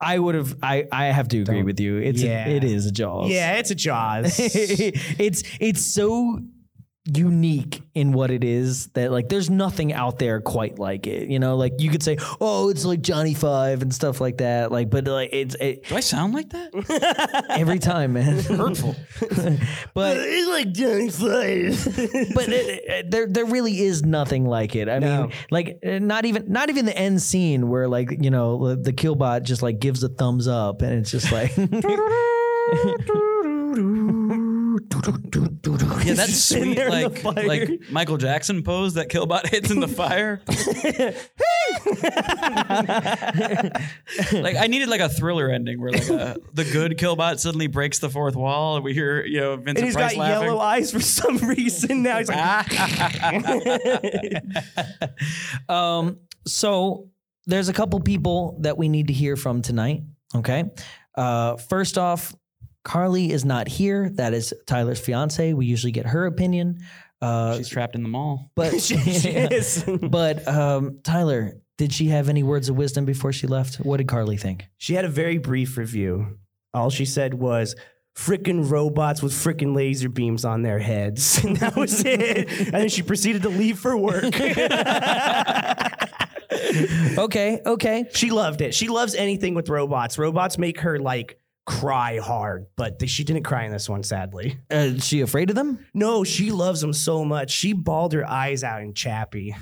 I would have. I, I have to agree with you. It's a, Yeah. it is a Jaws. <laughs> yeah, it's a <laughs> Jaws. it's it's so unique in what it is that like there's nothing out there quite like it. You know, like you could say, oh, it's like Johnny Five and stuff like that. Like, but like it's it, Do I sound <laughs> like that? every time, man, hurtful. but it's like Johnny Five. <laughs> but it, it- there there really is nothing like it. I No. mean, like uh, not even not even the end scene where like you know the, the killbot just like gives a thumbs up and it's just like. <laughs> Yeah, that's in sweet, there in the like, fire. like Michael Jackson pose that Killbot hits in <laughs> the fire. <laughs> like I needed like a thriller ending where like uh, the good Killbot suddenly breaks the fourth wall and we hear you know Vincent and he's Price got laughing. yellow eyes for some <laughs> reason now. He's like, <laughs> Um, so there's a couple people that we need to hear from tonight. Okay. Uh, first off, Carly is not here. That is Tyler's fiance. We usually get her opinion. <laughs> Uh, Oh, She's trapped in the mall. but yes. <laughs> but um, Tyler, did she have any words of wisdom before she left? What did Carly <laughs> think? She had a very brief review. All she said was, frickin' robots with frickin' laser beams on their heads. <laughs> And that was it. and then she proceeded to leave for work. Okay. Okay. she loved it. She loves anything with robots. Robots make her like cry hard, but th- she didn't cry in this one, sadly. Uh, is she afraid of them? No, she loves them so much. She bawled her eyes out in Chappie.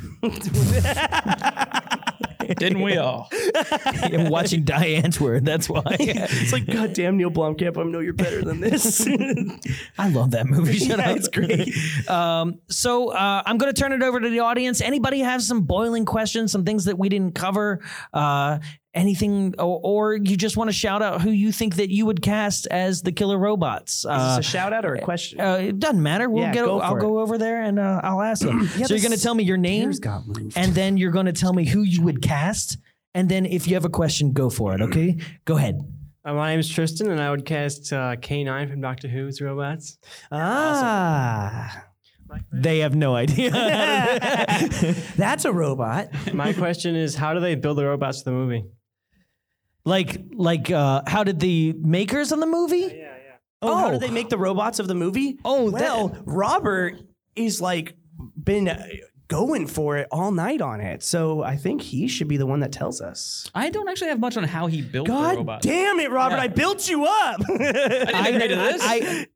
Didn't we all? <laughs> I'm watching Diane's word. That's why. <laughs> It's like, goddamn, Neil Blomkamp, I know you're better than this. <laughs> I love that movie. Shut Yeah, up. it's great. Um, so uh, I'm going to turn it over to the audience. Anybody have some boiling questions, some things that we didn't cover, uh, anything, or, or you just want to shout out who you think that you would cast as the killer robots? Is Uh, this a shout out or a question? uh, it doesn't matter. We'll Yeah, get. go I'll for it. go over there and uh, I'll ask <clears throat> them. so you're the going to tell me your name, and then you're going to tell me who you would cast, and then if you have a question, go for it. Okay, go ahead. Uh, my name is Tristan, and I would cast uh, K9 from Doctor Who's Robots. ah. <laughs> They have no idea. That's a robot. My question is, how do they build the robots for the movie? like, like, uh, how did the makers on the movie? Yeah, yeah. Oh, Oh, how did they make the robots of the movie? Oh, that- well, Robert is like been uh, going for it all night on it, so I think he should be the one that tells us. I don't actually have much on <laughs> how he built the God robot. damn it, Robert! Yeah. I built you up. <laughs> I didn't agree to this. I,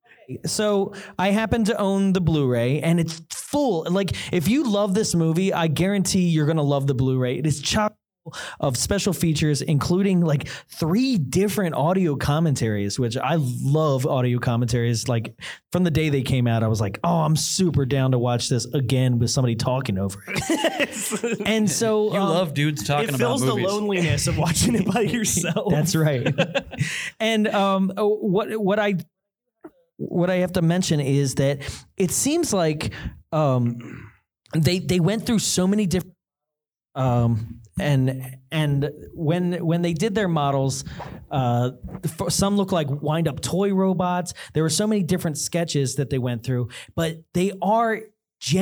so I happen to own the Blu-ray, and it's full. Like, if you love this movie, I guarantee you're gonna love the Blu-ray. It is chock full of special features, including like three different audio commentaries, which I love audio commentaries. Like from the day they came out, I was like, oh, I'm super down to watch this again with somebody talking over it. <laughs> and so you um, love dudes talking it about fills the movies. loneliness of watching <laughs> it by yourself. That's right. <laughs> and um, oh, what what I what I have to mention is that it seems like um, they they went through so many different um, and and when when they did their models, uh, for- some look like wind up toy robots. There were so many different sketches that they went through, but they are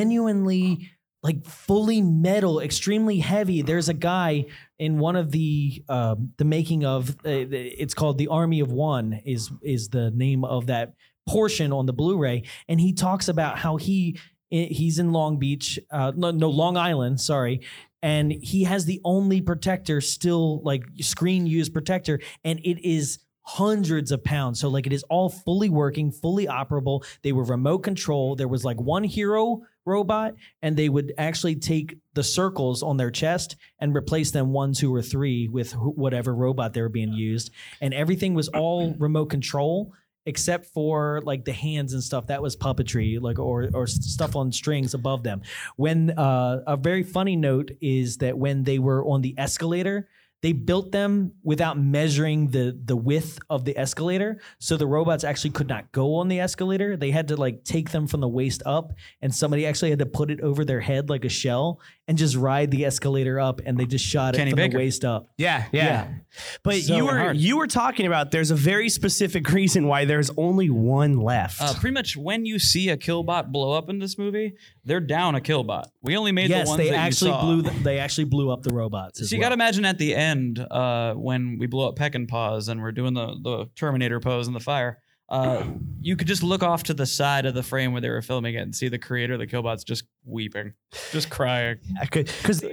genuinely like fully metal, extremely heavy. There's a guy in one of the uh, the making of uh, it's called the Army of One is is the name of that portion on the Blu-ray, and he talks about how he eh, he's in Long Beach, uh, no, no Long Island, sorry, and he has the only protector still like screen used protector, and it is hundreds of pounds. So like it is all fully working, fully operable. They were remote control. There was like one hero robot and they would actually take the circles on their chest and replace them one, two, or three with wh- whatever robot they were being used. And everything <clears throat> was all remote control except for like the hands and stuff that was puppetry like or or s- stuff on strings above them when uh, a very funny note is that when they were on the escalator they built them without measuring the the width of the escalator so the robots actually could not go on the escalator they had to like take them from the waist up and somebody actually had to put it over their head like a shell and just ride the escalator up and they just shot it Kenny from Baker. the waist up Yeah, yeah. But So you were hard. you were talking about there's a very specific reason why there's only one left. Uh, pretty much when you see a killbot blow up in this movie, they're down a killbot. We only made the yes ones they that you actually saw. blew th- they actually blew up the robots as So you well. got to imagine at the end uh, when we blow up Peck and Paws and we're doing the, the Terminator pose in the fire. <clears throat> Uh, you could just look off to the side of the frame where they were filming it and see the creator of the Killbots just weeping, just <laughs> crying. because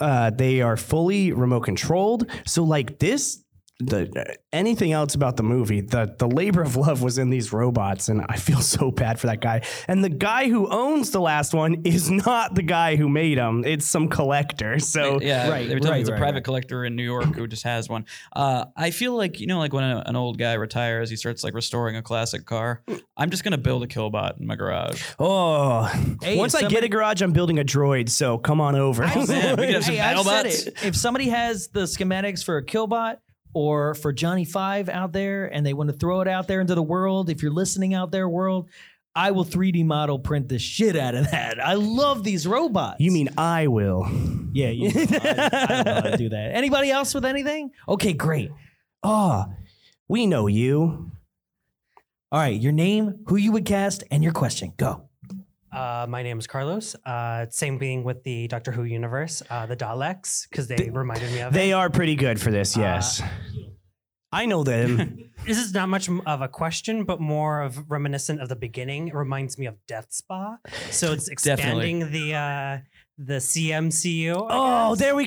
uh, they are fully remote controlled. So like this, the uh, anything else about the movie, the the labor of love was in these robots, and I feel so bad for that guy. And the guy who owns the last one is not the guy who made them; it's some collector. So yeah, Oh, right, They were telling me right, it's a right, private right. collector in New York who just has one. Uh, I feel like you know, like when a, an old guy retires, he starts like restoring a classic car. I'm just gonna build a Killbot in my garage. oh, Hey, once if I get a somebody- garage, I'm building a droid. So come on over. <laughs> man, <laughs> we could have some Hey, I've battle said bots. it. If somebody has the schematics for a killbot or for Johnny Five out there, and they want to throw it out there into the world, if you're listening out there, world, I will 3D model print the shit out of that. I love these robots. you mean I will? yeah? You know, I, I know how to do that. <laughs> Anybody else with anything? Okay, great. Ah, we know you. All right, your name, who you would cast, and your question. <laughs> Go. Uh, my name is Carlos. Uh, same being with the Doctor Who universe, uh, the Daleks, because they, reminded me of They it. are pretty good for this, yes. I know them. This is not much m- of a question, but more of reminiscent of the beginning. It reminds me of Death Spa, <laughs> so it's Definitely. expanding the uh, the CMCU. oh, there we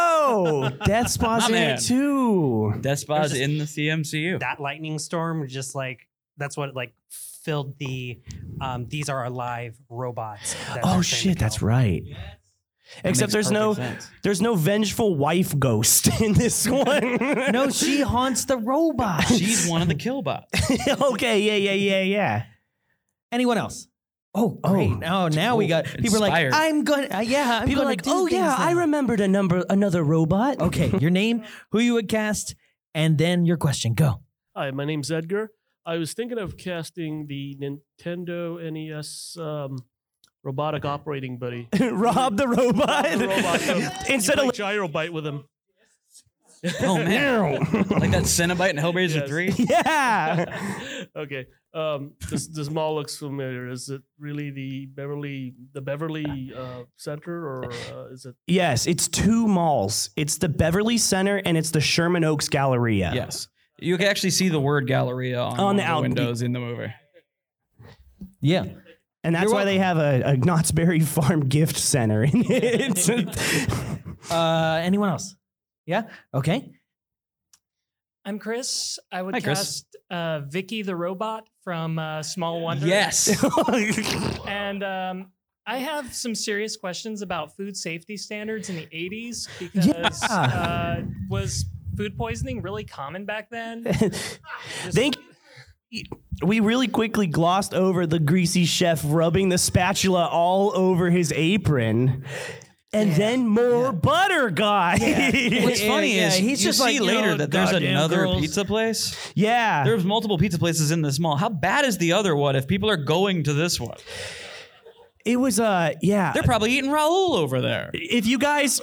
go. Death Spa's My in man. it too. Despot's just- in the CMCU. that lightning storm, just like that's what like filled the um, these are our live robots. that Oh they're saying shit, to that's kill. right. Except makes there's no <laughs> perfect sense. there's no vengeful wife ghost <laughs> in this one. No, she haunts the robot. She's one of the Killbots. okay, yeah, yeah, yeah, yeah. Anyone else? Oh, great. Oh, now we got people are like, Inspired. I'm going. to yeah, I'm People are gonna like, do oh yeah, things I now." remembered a number another robot. Okay, your name, who you would cast, and then your question. Go. Hi, my name's Edgar. I was thinking of casting the Nintendo NES um, robotic operating buddy. <laughs> Rob the robot. <laughs> The robot. so you Instead play of gyrobite with him. <laughs> Oh man, like that Cenobite in Hellraiser Yes. Three. Yeah. okay, Um, this this mall looks familiar. Is it really the Beverly the Beverly uh, Center or uh, is it? Yes, it's two malls. It's the Beverly Center and it's the Sherman Oaks Galleria. Yes. You can actually see the word Galleria on, On one the of out- windows in the movie. <laughs> Yeah. And that's You're why they have a, a Knott's Berry <laughs> Farm gift center in it. Uh, anyone else? Yeah. Okay. I'm Chris. I would Hi, Chris. cast Uh, Vicky the robot from uh, Small Wonder. Yes. <laughs> <laughs> and um, I have some serious questions about food safety standards in the 80s because uh, Yeah. was food poisoning really common back <laughs> then? Thank we really quickly glossed over the greasy chef rubbing the spatula all over his apron. And then more butter, guys. What's funny is you see later that there's another pizza place. <laughs> Yeah, there's multiple pizza places in this mall. How bad is the other one if people are going to this one? It was uh yeah. They're probably eating Raul over <laughs> there. If you guys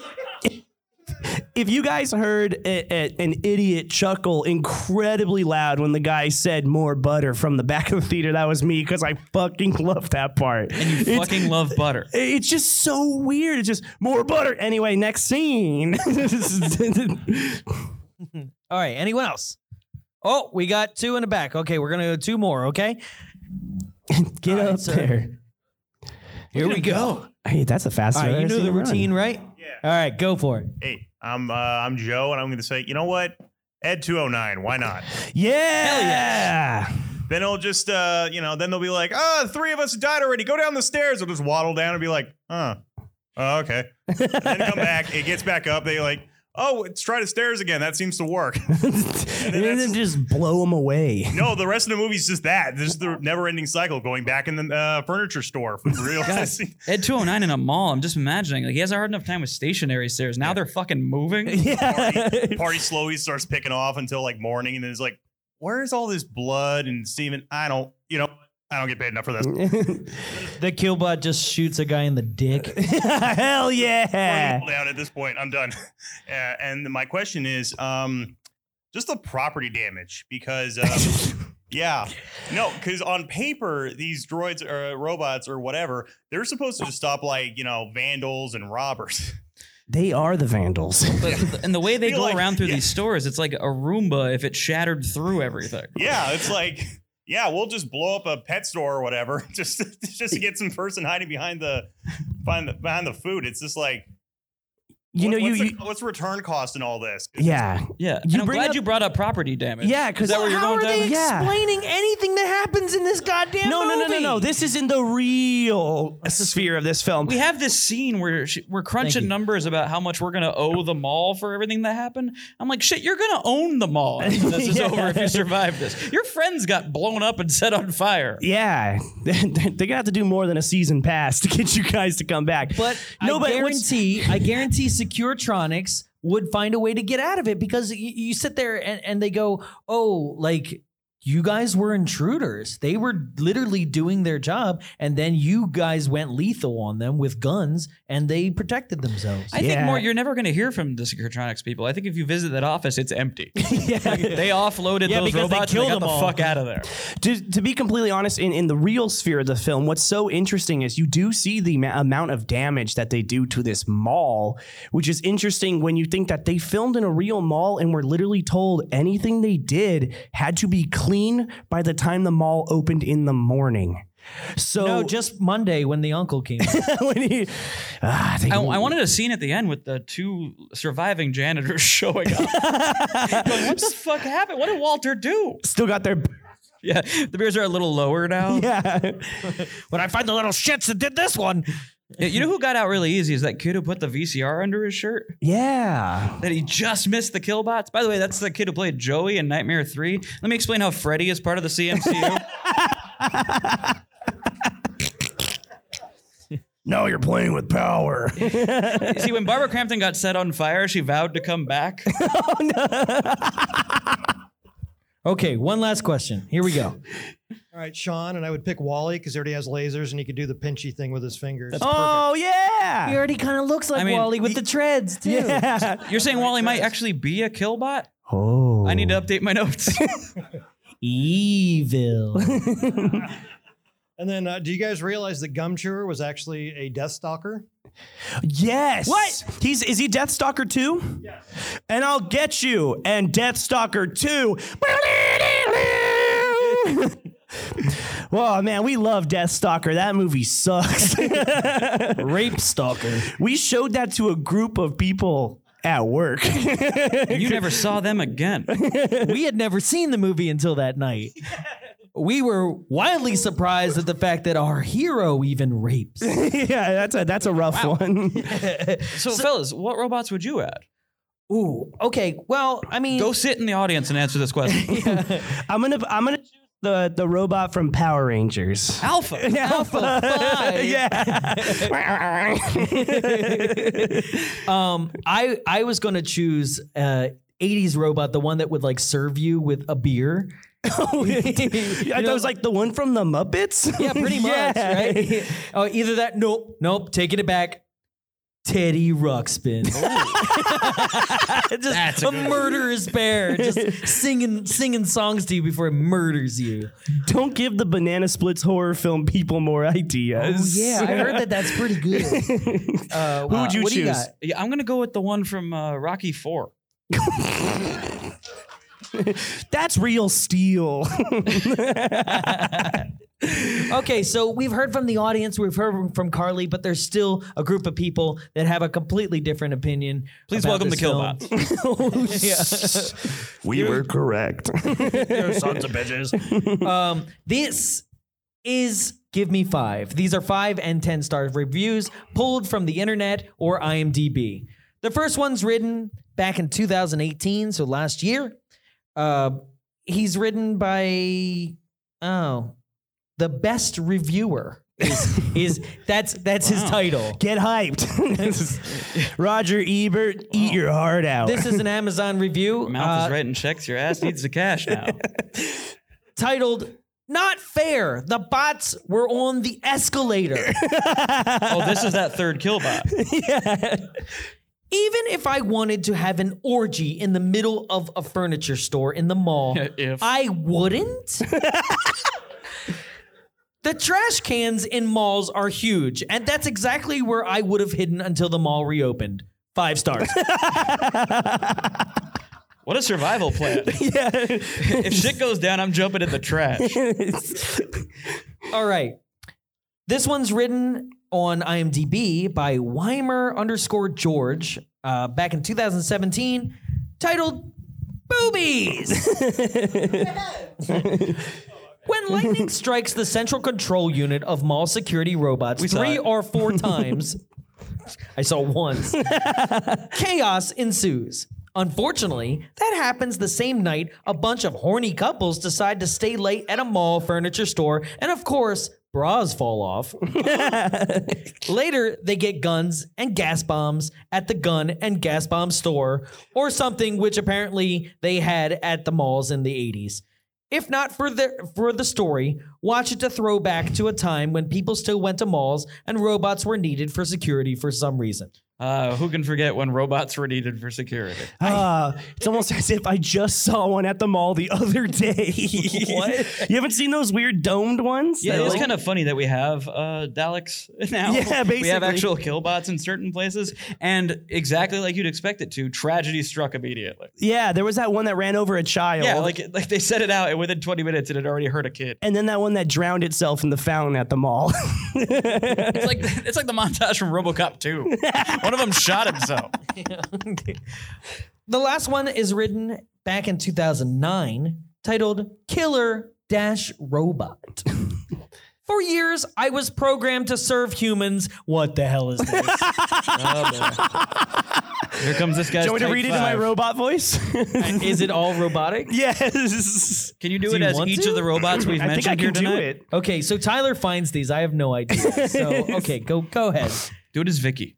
if you guys heard a, a- an idiot chuckle incredibly loud when the guy said more butter from the back of the theater, that was me because I fucking love that part. And you fucking love butter. It's just so weird. It's just more butter. Anyway, next scene. <laughs> All right. Anyone else? Oh, we got two in the back. Okay, we're gonna go two more. Okay. Get up there. Here we go. Hey, that's a fast. All right, you know the routine, right? Yeah. All right, go for it. Hey, I'm uh, I'm Joe, and I'm going to say, you know what? Ed 209. Why not? Yeah. Then it'll just, uh, you know, then they'll be like, ah, the three of us died already. Go down the stairs. They'll just waddle down and be like, huh. Oh, okay. And then come back. It gets back up. They like, oh, let's try the stairs again. That seems to work. <laughs> <laughs> And then, just blow them away. <laughs> No, the rest of the movie's just that. This is the never-ending cycle going back in the uh, furniture store. For real. God, Ed 209 in a mall. I'm just imagining. Like he has a hard enough time with stationary stairs. Now they're fucking moving. <laughs> <laughs> party, party slowly starts picking off until like morning, and then it's like, where's all this blood and semen? I don't, you know, I don't get paid enough for this. <laughs> The killbot just shoots a guy in the dick. Hell Eh. Forty people down at this point. I'm done. <laughs> Uh, and my question is, um, just the property damage because. <laughs> Um, Yeah, no, because on paper these droids or uh, robots or whatever, they're supposed to just stop like you know vandals and robbers. <laughs> They are the vandals. But, and the way they You're go like, around through these stores, it's like a Roomba if it shattered through everything. Yeah, it's like, yeah, we'll just blow up a pet store or whatever, <laughs> just just to get some person hiding behind the behind the, behind the food. It's just like, you know, what's you, the- you what's return cost in <laughs> all this? yeah, yeah. You and I'm bring glad up- you brought up property damage. Yeah, 'cause- Is that where you're How going, are Tyler? they Yeah. Explaining anything that happens in this goddamn no, no, no, no, no. This is in the real sphere of this film. We have this scene where she, we're crunching numbers about how much we're gonna owe the mall for everything that happened. I'm like, shit, you're gonna own the mall. when <laughs> This is Yeah. over if you survive this. Your friends got blown up and <laughs> set on fire. yeah, <laughs> they're gonna have to do more than a season pass to get you guys to come back. But <laughs> I guarantee, I guarantee Securetronics would find a way to get out of it because you, you sit there and, and they go, oh, like you guys were intruders. They were literally doing their job, and then you guys went lethal on them with guns, and they protected themselves. I think more. You're never going to hear from the Securitronics people. I think if you visit that office, <laughs> it's empty. Like, they offloaded Yeah, those because they robots. and killed got them the all. fuck out of there. to, to be completely honest, in, in the real sphere of the film, what's so interesting is you do see the ma- amount of damage that they do to this mall, which is interesting when you think that they filmed in a real mall and were literally told anything they did had to be clean by the time the mall opened in the morning. So no, just Monday when the <laughs> uncle came. when <laughs> he, ah, they- I, I wanted a scene at the end with the two surviving janitors <laughs> <laughs> showing up. Like, what the fuck happened? What did Walter do? still got their <laughs> Yeah, the beers are a little lower now. Yeah. when I find the little shits that did this one. You know who got out really easy is that kid who put the VCR under his shirt. yeah. That he just missed the killbots. By the way, that's the kid who played Joey in Nightmare Three. Let me explain how Freddy is part of the CMCU. No, you're playing with power. <laughs> See, when Barbara Crampton got set on fire, she vowed to come back. Okay, one last question. Here we go. <laughs> All right, Sean, and I would pick Wally because he already has lasers and he could do the pinchy thing with his fingers. oh yeah, he already kind of looks like I mean, Wally with the <laughs> treads too. You're saying Wally might actually be a killbot? Oh. I need to update my notes. Evil. And then, uh, do you guys realize that Gum Chewer was actually a Death Stalker? Yes. What? He's is he Deathstalker 2? Yes. And I'll get you and Deathstalker <laughs> 2. Well, man, we love Death Stalker. That <laughs> movie sucks. Rape Stalker. We showed that to a group of people <laughs> at work. you never saw them again. we had never seen the movie until that night. We were wildly surprised at the fact that our hero even rapes. yeah, that's a that's a <laughs> rough one. So, fellas, what robots would you add? Ooh, okay. Well, I mean, Go sit in the audience and answer this question. I'm gonna I'm gonna choose the the robot from Power Rangers. <laughs> Alpha. Alpha. five. <laughs> um, I I was gonna choose uh, 80s robot, the one that would like serve you with a beer. Oh, I thought it was like the one from the Muppets. <laughs> Yeah, <laughs> pretty much, right? <laughs> Oh, either that. Nope, nope. Taking it back. Teddy Ruxpin. <laughs> just That's a a good one. murderous bear, <laughs> just singing singing songs to you before it murders you. Don't give the banana splits horror film people more ideas. Oh, yeah, <laughs> I heard that that's pretty good. Uh, Who would you what do choose? got? yeah, I'm gonna go with the one from uh, Rocky Four. That's real steel. <laughs> Okay, so we've heard from the audience, we've heard from Carly, but there's still a group of people that have a completely different opinion. Please about welcome the this film. <laughs> Killbots. We were correct. sons of bitches. um, this is give me five. These are five and ten star reviews pulled from the internet or IMDb. The first one's written back in 2018, so last year. Uh, he's written by oh, the best reviewer is, is <laughs> that's that's his title. Get hyped. <laughs> Roger Ebert, eat your heart out. This is an Amazon review. <laughs> Mouth uh, is writing checks. Your ass needs the cash now. titled "Not Fair." The bots were on the <laughs> escalator. oh, this is that third Killbot. Even if I wanted to have an orgy in the middle of a furniture store in the <laughs> mall, If. I <laughs> wouldn't. the trash cans in malls are huge, and that's exactly where I would have hidden until the mall reopened. Five stars. What a survival plan. yeah. if shit goes down, I'm jumping in the trash. All right. This one's written on IMDb by Weimer underscore George uh, back in 2017, titled <laughs> Boobies. when lightning strikes the central control unit of mall security robots We saw three it. or four times, <laughs> I saw once, chaos ensues. Unfortunately, that happens the same night a bunch of horny couples decide to stay late at a mall furniture store, and of course, bras fall off. Later, they get guns and gas bombs at the gun and gas bomb store, or something which apparently they had at the malls in the 80s. If not for the for the story, watch it to throw back to a time when people still went to malls and robots were needed for security for some reason. Uh, who can forget when robots were needed for security? Uh, it's almost as if I just saw one at the mall the other day. what? You haven't seen those weird domed ones? Yeah, They're it's like- kind of funny that we have uh, Daleks <laughs> now. Yeah, We have basically. actual killbots in certain places, and exactly like you'd expect it to, tragedy struck immediately. yeah, there was that one that ran over a child. Yeah, like like they set it out, and within 20 minutes, it had already hurt a kid. and then that one that drowned itself in the fountain at the mall. <laughs> It's like it's like the montage from RoboCop 2. One of them shot himself. <laughs> The last one is written back in 2009, titled Killer Dash Robot. For years, I was programmed to serve humans. What the hell is this? Here comes this guy. Do you want me to read it in my robot voice? is it all robotic? <laughs> yes. Can you do, Do it you as want each to? of the robots we've I mentioned think I here can do tonight? it. Okay, so Tyler finds these. I have no idea. So, okay, go go ahead. Do it as Vicky.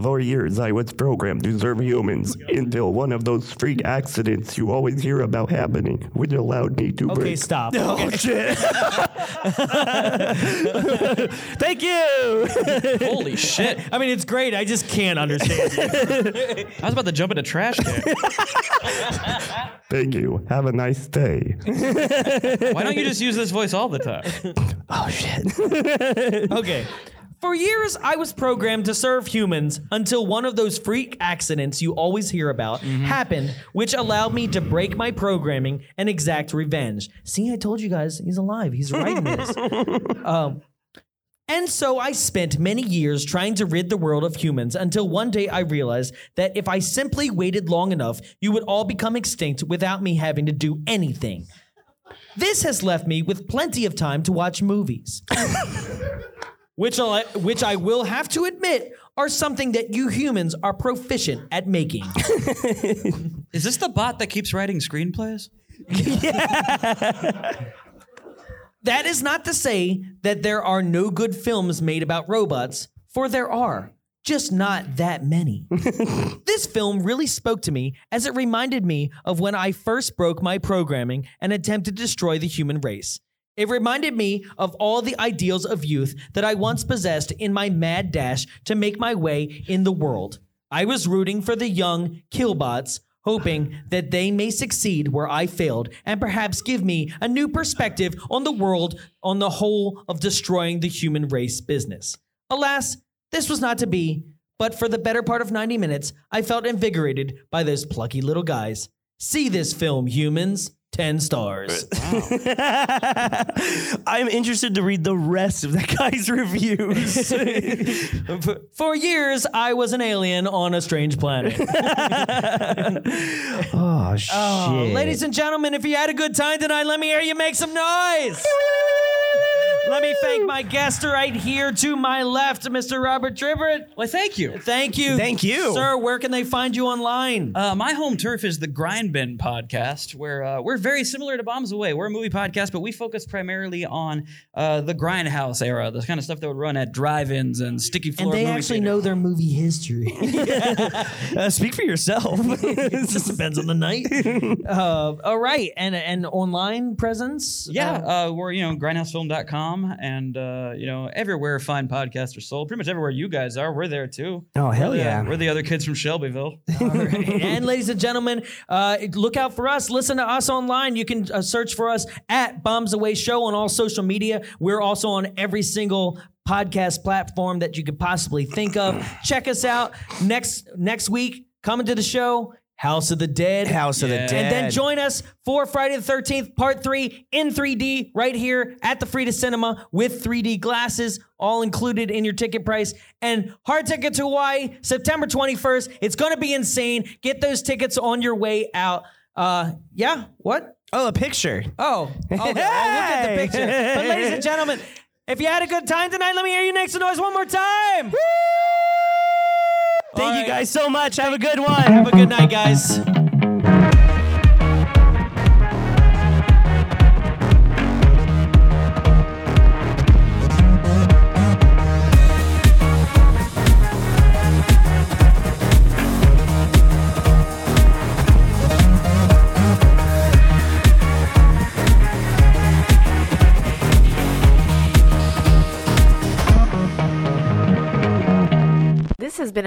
For years, I was programmed to serve humans until one of those freak accidents you always hear about happening, which allowed me to Okay, break. stop. Oh, Okay. shit. Thank you. <laughs> Holy shit. <laughs> I mean, it's great. I just can't understand. it. I was about to jump into trash can. Thank you. Have a nice day. Why don't you just use this voice all the time? <laughs> okay. For years, I was programmed to serve humans until one of those freak accidents you always hear about happened, which allowed me to break my programming and exact revenge. See, I told you guys, he's alive. He's writing this. um, and so I spent many years trying to rid the world of humans until one day I realized that if I simply waited long enough, you would all become extinct without me having to do anything. This has left me with plenty of time to watch movies, which, i which I will have to admit are something that you humans are proficient at making. Is this the bot that keeps writing screenplays? That is not to say that there are no good films made about robots, for there are, just not that many. this film really spoke to me as it reminded me of when I first broke my programming and attempted to destroy the human race. It reminded me of all the ideals of youth that I once possessed in my mad dash to make my way in the world. I was rooting for the young killbots, hoping that they may succeed where I failed and perhaps give me a new perspective on the world on the whole of destroying the human race business. Alas, this was not to be, but for the better part of 90 minutes, I felt invigorated by those plucky little guys. See this film, humans. 10 stars. <laughs> I'm interested to read the rest of that guy's <laughs> reviews. For years, I was an alien on a strange <laughs> planet. oh, Oh, ladies and gentlemen, if you had a good time tonight, let me hear you make some noise. Let me thank my guest right here to my left, Mr. Robert Tribbett. Well, thank you. Thank you. Thank you. Sir, where can they find you online? Uh, my home turf is the Grind Bin podcast, where uh, we're very similar to Bombs Away. We're a movie podcast, but we focus primarily on uh, the grindhouse era, the kind of stuff that would run at drive-ins and sticky and floor they movie actually know their movie <laughs> history. Uh, speak for yourself. <laughs> it just depends on the <laughs> night. Uh, all right, and and online presence. Yeah, Uh, uh, we're you know grindhousefilm.com and uh, you know everywhere fine podcasts are sold. Pretty much everywhere you guys are, we're there too. Oh, hell We're the- yeah. we're the other kids <laughs> from Shelbyville. and ladies and gentlemen, uh, look out for us. Listen to us online. You can uh, search for us at Bombs Away Show on all social media. We're also on every single podcast platform that you could possibly think of. Check us out next next week. Coming to the show. House of the Dead. House of the Yeah. And then Dead. join us for Friday the 13th, part three in 3D right here at the Frida Cinema with 3D glasses, all included in your ticket price. And hard ticket to Hawaii, September 21st. It's going to be insane. Get those tickets on your way out. Uh, yeah, what? Oh, a picture. Oh, okay. Well, look at the Hey! picture. But ladies and gentlemen, if you had a good time tonight, let me hear you next to noise one more time. Thank you guys so much. Have a good one. Have a good night, guys. This has been